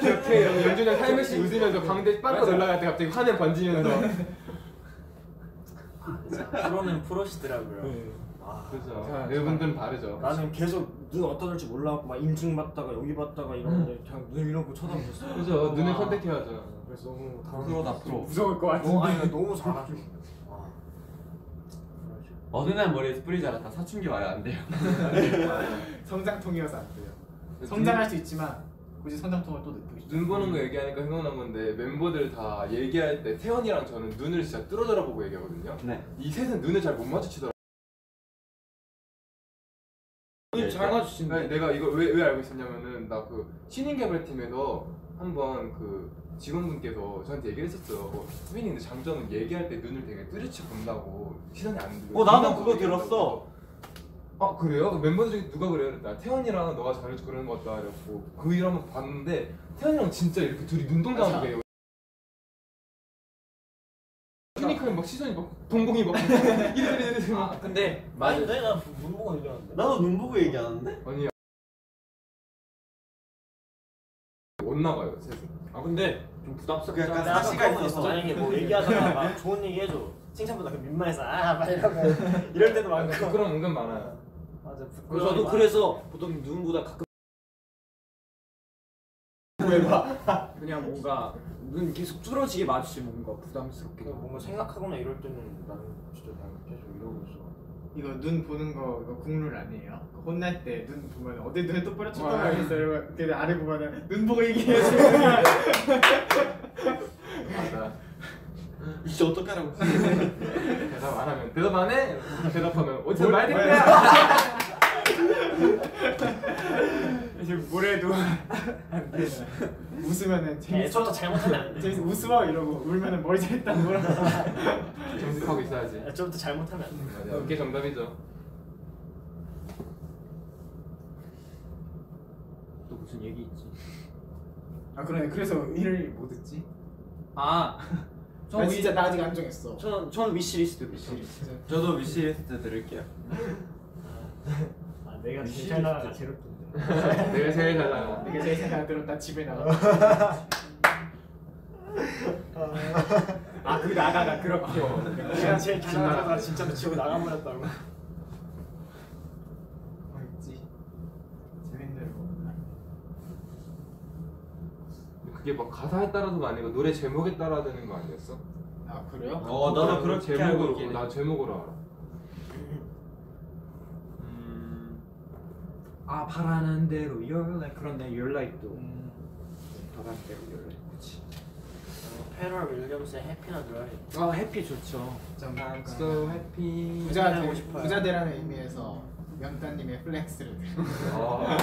Speaker 4: 기억해. 연준이 형 타임머신 웃으면서 광대 빵긋 올라갈 때 갑자기 화면 번지면서.
Speaker 1: 프로는 프로시더라고요.
Speaker 5: 네.
Speaker 1: 아,
Speaker 4: 그죠. 여러분들은 다르죠.
Speaker 1: 나는 계속 눈 어디다 놓을지 몰라갖고 막 인증 받다가 여기 받다가 이러는데 그냥 눈 이러고 쳐다보셨어요.
Speaker 4: 그죠. 눈을
Speaker 1: 와.
Speaker 4: 선택해야죠.
Speaker 1: 그래서 너무
Speaker 2: 프로다 프로.
Speaker 5: 무서울 것 같은데.
Speaker 1: 어, 아니 나 너무 잘하죠. 와.
Speaker 8: 어느 날 머리에 뿌리 자랐다 사춘기 와요 안 돼요.
Speaker 5: 성장통이어서 안 돼요. 성장할 수 있지만 굳이 성장통을 또 느끼고 싶어.
Speaker 4: 눈 보는 거 얘기하니까 생각난 건데 멤버들 다 얘기할 때 태연이랑 저는 눈을 진짜 뚫어 들어보고 얘기하거든요.
Speaker 2: 네.
Speaker 4: 이 셋은 눈을 잘 못 마주치더라고.
Speaker 3: 오늘 잘
Speaker 4: 아니,
Speaker 3: 맞추신데.
Speaker 4: 네, 내가 이걸 왜, 왜 알고 있었냐면은 나 그 신인 개발팀에서 한번 그 직원분께서 저한테 얘기를 했었어요. 어, 수빈이 근데 장점은 얘기할 때 눈을 되게 뚜렷이 본다고 시선이 안 들고.
Speaker 2: 어, 나도
Speaker 4: 생각하고
Speaker 2: 그거
Speaker 4: 얘기한다고.
Speaker 2: 들었어.
Speaker 4: 아 그래요? 그 멤버들 중에 누가 그래요? 나 태연이랑 너가 잘해서 그러는 것 같다 이랬고 그 일 한번 봤는데 태연이랑 진짜 이렇게 둘이 눈동자만 보게 휴닝카이 막 시선이 막 동공이 막 이래 이래 이래 막
Speaker 3: 근데
Speaker 1: 아니 내가 문보고 얘기하는데.
Speaker 2: 나도 눈 보고 얘기하는데?
Speaker 4: 아니 못 나가요 세상
Speaker 3: 아 근데 좀 부담스럽다.
Speaker 2: 약간
Speaker 1: 나
Speaker 2: 사시가
Speaker 1: 그런 거
Speaker 2: 있어서.
Speaker 1: 만약에 뭐 얘기하다가 막 좋은 얘기 해줘. 칭찬보다 그 민망해서 아막 이러고 이럴 때도
Speaker 4: 약간
Speaker 1: 많고.
Speaker 4: 부끄러운 은근 많아요
Speaker 1: 맞아 부끄러워.
Speaker 3: 저도 그래서 보통 눈보다 가끔 왜 봐? 그냥 뭔가 눈 계속 뚫어지게 마주치면 뭔가 부담스럽게
Speaker 1: 그냥 뭔가 생각하거나 이럴 때는 나는 진짜 나는 계속 이러고 있어.
Speaker 5: 이거 눈 보는 거 이거 국룰 아니에요? 혼날 때 눈 보면 어디 눈에 똑바로 쳐다봐야겠어요. 근데 아래 보면은 눈 보고 얘기해야지.
Speaker 4: 맞아
Speaker 6: 진짜 어떡하라고
Speaker 4: 대답 안 하면 대답 안 해. 대답하면 어디서
Speaker 3: 뭘-
Speaker 4: 말될 거야.
Speaker 3: 지금 뭐래도
Speaker 5: 웃으면은 재밌어.
Speaker 1: 애초부터 잘못하면 안 돼.
Speaker 5: 재밌어 웃으라 이러고 울면은 머리 잘했다는 거라.
Speaker 4: 정직하고 있어야지.
Speaker 1: 애초부터 잘못하면 안 돼.
Speaker 4: 맞아. 그게 정답이죠.
Speaker 3: 또 무슨 얘기 있지?
Speaker 5: 아 그러네. 그래서 일을 못 했지.
Speaker 3: 아,
Speaker 5: 저
Speaker 3: 전
Speaker 5: 진짜 나 아직 안 정했어.
Speaker 8: 저는 저는 위시리스트 위시리스트.
Speaker 5: 진짜.
Speaker 8: 저도 위시리스트 들을게요.
Speaker 1: 아, 내가 제일 잘 나가 제롭던데.
Speaker 4: 내가 제일 잘 나가.
Speaker 5: 내가 제 생각 안 들었다 집에 어, 나가.
Speaker 3: 아 그게 나가가 어, 그렇게.
Speaker 1: 네,
Speaker 5: 내가 제일
Speaker 4: 잘 나가다가
Speaker 5: 진짜로 집에 나가버렸다고. 있지. 재밌는 거.
Speaker 4: 그게 막 가사에 따라서가 아니고 노래 제목에 따라 되는 거 아니었어?
Speaker 5: 아 그래요?
Speaker 8: 어 나도 그렇게 알고
Speaker 4: 그러니까 제목으로
Speaker 8: 있긴 해.
Speaker 4: 나 제목으로 알아.
Speaker 3: 음, 아 바라는 대로 your life 그런데 your life도
Speaker 5: 음.
Speaker 3: 바라는 대로 your life 그치.
Speaker 1: 어, 페럴 윌리엄스의 해피나 드라이.
Speaker 3: 아 해피 좋죠. 아,
Speaker 5: 좀
Speaker 4: I'm
Speaker 5: 약간
Speaker 4: so happy.
Speaker 5: 부자
Speaker 1: 하고
Speaker 5: 되고
Speaker 1: 싶어요.
Speaker 5: 싶어요. 부자 되라는 의미에서 명따님의 플렉스를
Speaker 4: 아,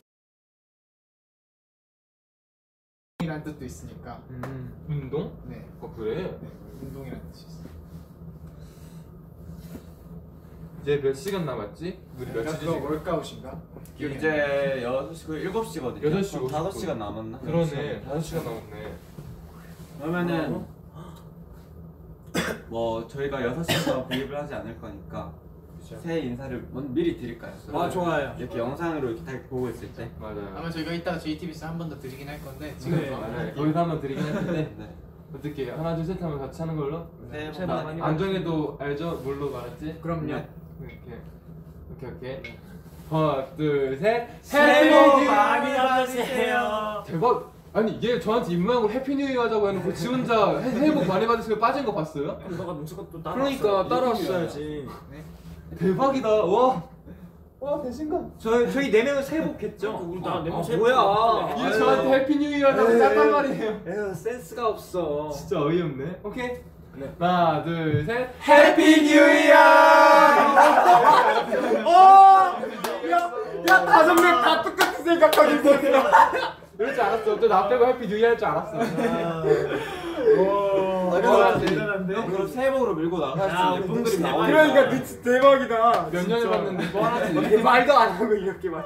Speaker 5: 이란 뜻도 있으니까.
Speaker 3: 음.
Speaker 4: 운동?
Speaker 5: 네.
Speaker 4: 아 그래?
Speaker 5: 네. 운동이란 뜻이 있어.
Speaker 4: 이제 몇 시간 남았지? 우리 몇
Speaker 5: 그거
Speaker 4: 시지?
Speaker 5: 월카웃인가? 기억이 안 나.
Speaker 8: 이제 6시고 7시거든요.
Speaker 4: 여덟 시 오십 분.
Speaker 8: 5시간 남았나?
Speaker 2: 그렇죠.
Speaker 4: 그러네. 다섯 시간 남았네.
Speaker 8: 그러면은 뭐 저희가 6시간 구입을 하지 않을 거니까 새해 인사를 먼저 미리 드릴까요?
Speaker 3: 아 좋아요.
Speaker 8: 이렇게 영상으로 이렇게 딱 보고 있을 때
Speaker 4: 맞아요.
Speaker 5: 아마 저희가 이따가 JTBC 한 번 더 드리긴 할 건데 지금
Speaker 3: 네.
Speaker 4: 맞아요. 거기서 한번 드리긴 할 텐데
Speaker 8: 네.
Speaker 4: 어떻게 하나 둘 셋 하면 같이 하는 걸로?
Speaker 8: 새해 복
Speaker 3: 새해
Speaker 2: 네.
Speaker 3: 복 많이
Speaker 8: 많이
Speaker 4: 안정해도 알죠? 뭘로 말했지?
Speaker 3: 그럼요.
Speaker 8: 네.
Speaker 4: 이렇게 오케이 오케이. 하나 둘 셋.
Speaker 1: 받으세요.
Speaker 4: 대박! 아니 얘 저한테 입모양으로 해피뉴이 하자고 해놓고 지 혼자 해- 새해 복 많이 받으시고 빠진 거 봤어요?
Speaker 1: 너가 눈썹 또 따라.
Speaker 4: 그러니까
Speaker 8: 네.
Speaker 4: 따라왔어야지 대박이다 와! 와 배신감
Speaker 3: 저희 저희 네 명은 새해 복 했죠. 어,
Speaker 1: 우리 나
Speaker 4: 아,
Speaker 1: 내모 세.
Speaker 3: 뭐야?
Speaker 4: 얘 저한테 해피뉴이 하자고 짰단 말이에요
Speaker 3: 에휴 센스가 없어.
Speaker 4: 네. 진짜 어이없네 오케이
Speaker 3: 네.
Speaker 4: 하나 둘셋
Speaker 3: 어? 야 다섯 명 다 똑같은 생각하고 있어.
Speaker 4: 이럴 줄 알았어 또 나 빼고 해피뉴이 할 줄 알았어 아, 네.
Speaker 8: 와,
Speaker 5: 대단한데?
Speaker 8: 그럼 새해 복으로 밀고
Speaker 1: 야,
Speaker 8: 나갈 수 있는 예쁜
Speaker 1: 우리
Speaker 8: 그림
Speaker 1: 눈치
Speaker 8: 나오니까
Speaker 3: 그러니까 미치 대박이다. 네,
Speaker 4: 몇 년을 봤는데 뻔하지
Speaker 3: 말도 안 하고 이렇게 막.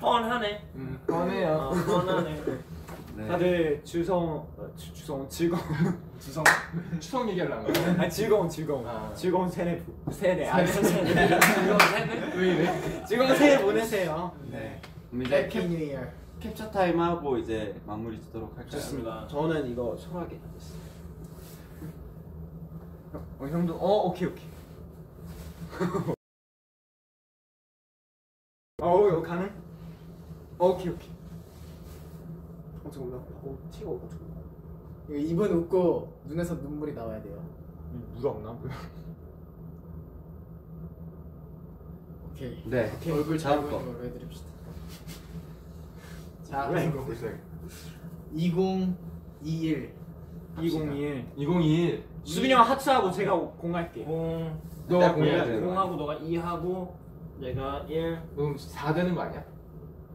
Speaker 1: 뻔하네.
Speaker 4: 음, 뻔해요
Speaker 1: 어, 뻔하네.
Speaker 8: 네.
Speaker 3: 다들 주성 어, 주, 주성 즐거운
Speaker 5: 주성
Speaker 4: 추석 얘기하려는 거야
Speaker 3: 아니 즐거운 즐거운
Speaker 4: 아.
Speaker 3: 즐거운 새해 보- 새해 아,
Speaker 4: 왜 이래?
Speaker 3: 즐거운 새해 보내세요.
Speaker 5: 네
Speaker 8: 그럼 이제
Speaker 5: 해피 뉴 이어
Speaker 8: 캡, 캡처 타임 하고 이제 마무리 짓도록 할까요?
Speaker 1: 좋습니다.
Speaker 3: 저는 이거 소라게 했어요. 어 형도 어 오케이 오케이. 어 이거 가능? 어, 오케이 오케이. 엄청 올라. 어 티가 엄청 올라.
Speaker 5: 입은 웃고 눈에서 눈물이 나와야 돼요
Speaker 3: 물 없나?
Speaker 5: 오케이
Speaker 8: 네.
Speaker 5: 오케이 얼굴 잘
Speaker 8: 다음 거.
Speaker 5: 보이는 걸로 해드립시다 자
Speaker 4: 불쌍해.
Speaker 5: 2021
Speaker 3: 그 2021.
Speaker 4: 2021
Speaker 3: 수빈이 형 하트하고 제가 공할게.
Speaker 1: 공
Speaker 4: 너가 공해야 돼
Speaker 1: 공하고 너가 2 하고 내가 1
Speaker 4: 그럼 4 되는 거 아니야?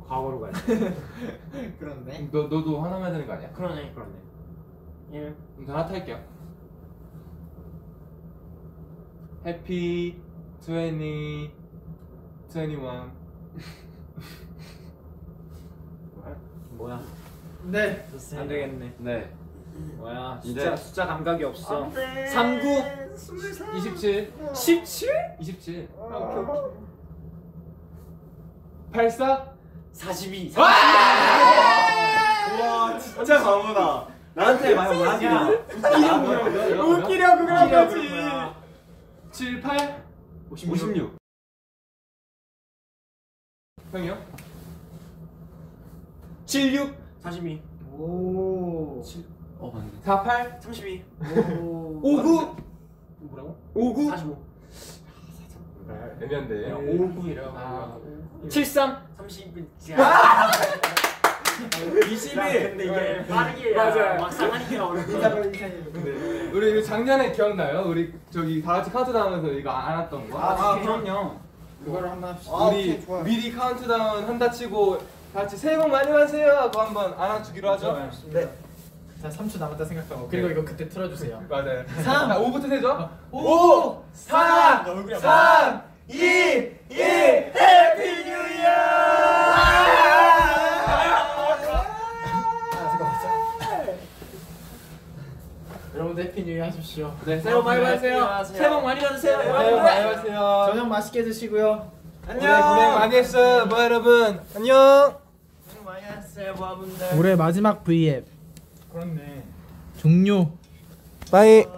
Speaker 3: 과거로 가야 돼.
Speaker 1: 네.
Speaker 5: 그런데
Speaker 4: 너, 너도 하나만 해야 되는 거 아니야?
Speaker 1: 그러네.
Speaker 3: 그러네.
Speaker 1: 1
Speaker 4: 그럼 다 하나 탈게요. 해피 20 21
Speaker 3: 뭐야?
Speaker 5: 네
Speaker 3: 안 되겠네.
Speaker 8: 네.
Speaker 3: 뭐야?
Speaker 8: 이제-
Speaker 3: 숫자 숫자 감각이 없어.
Speaker 1: 안돼.
Speaker 3: 39
Speaker 4: 27
Speaker 3: 17
Speaker 4: 27
Speaker 3: 오케이 오케이.
Speaker 4: 84
Speaker 1: 42.
Speaker 8: 와 진짜 바보다. 나한테 많이
Speaker 1: 야.
Speaker 8: 말하지. 아,
Speaker 3: 웃기려고
Speaker 4: 아,
Speaker 3: 그런 거지.
Speaker 4: 7 8
Speaker 8: 56.
Speaker 4: 형이요?
Speaker 3: 76
Speaker 1: 42.
Speaker 5: 오
Speaker 8: 어,
Speaker 4: 4 8
Speaker 1: 32.
Speaker 3: 59
Speaker 1: 뭐라고?
Speaker 3: 59
Speaker 1: 45.
Speaker 4: 애매한데
Speaker 1: 59이라고.
Speaker 4: 아.
Speaker 3: 73
Speaker 1: 30. 야.
Speaker 6: 야,
Speaker 3: 20일
Speaker 6: 근데 이게
Speaker 1: 네.
Speaker 6: 빠르게
Speaker 3: 맞아요.
Speaker 6: 막상 하니까 어려워.
Speaker 5: 인사로 인사해요.
Speaker 4: 우리 이거 작년에 기억나요? 우리 저기 다 같이 카운트다운에서 이거 안 왔던 거?
Speaker 3: 아, 그럼요 아,
Speaker 5: 그거를 한번 합시다.
Speaker 4: 우리 미리 카운트다운 한다 치고 다 같이 새해 복 많이 받으세요 하고 한번 안아주기로 하죠.
Speaker 5: 네. 자, 3초 남았다 생각하고 그리고 이거 그때 틀어주세요.
Speaker 4: 맞아요. 3, 5부터 세죠?
Speaker 5: 5, 4, 3,
Speaker 4: 2, 1, 해피 뉴
Speaker 5: 여러분들 해피 뉴이 하십시오.
Speaker 4: 네, 새해 복 많이 받으세요.
Speaker 3: 새해 복 많이 받으세요
Speaker 4: 새해 복 많이 받으세요.
Speaker 5: 저녁 맛있게 드시고요.
Speaker 4: 안녕. 고생 많이 했어요, 뭐 여러분. 안녕.
Speaker 5: 올해 마지막 V앱
Speaker 3: 그렇네
Speaker 5: 종료.
Speaker 4: 바이.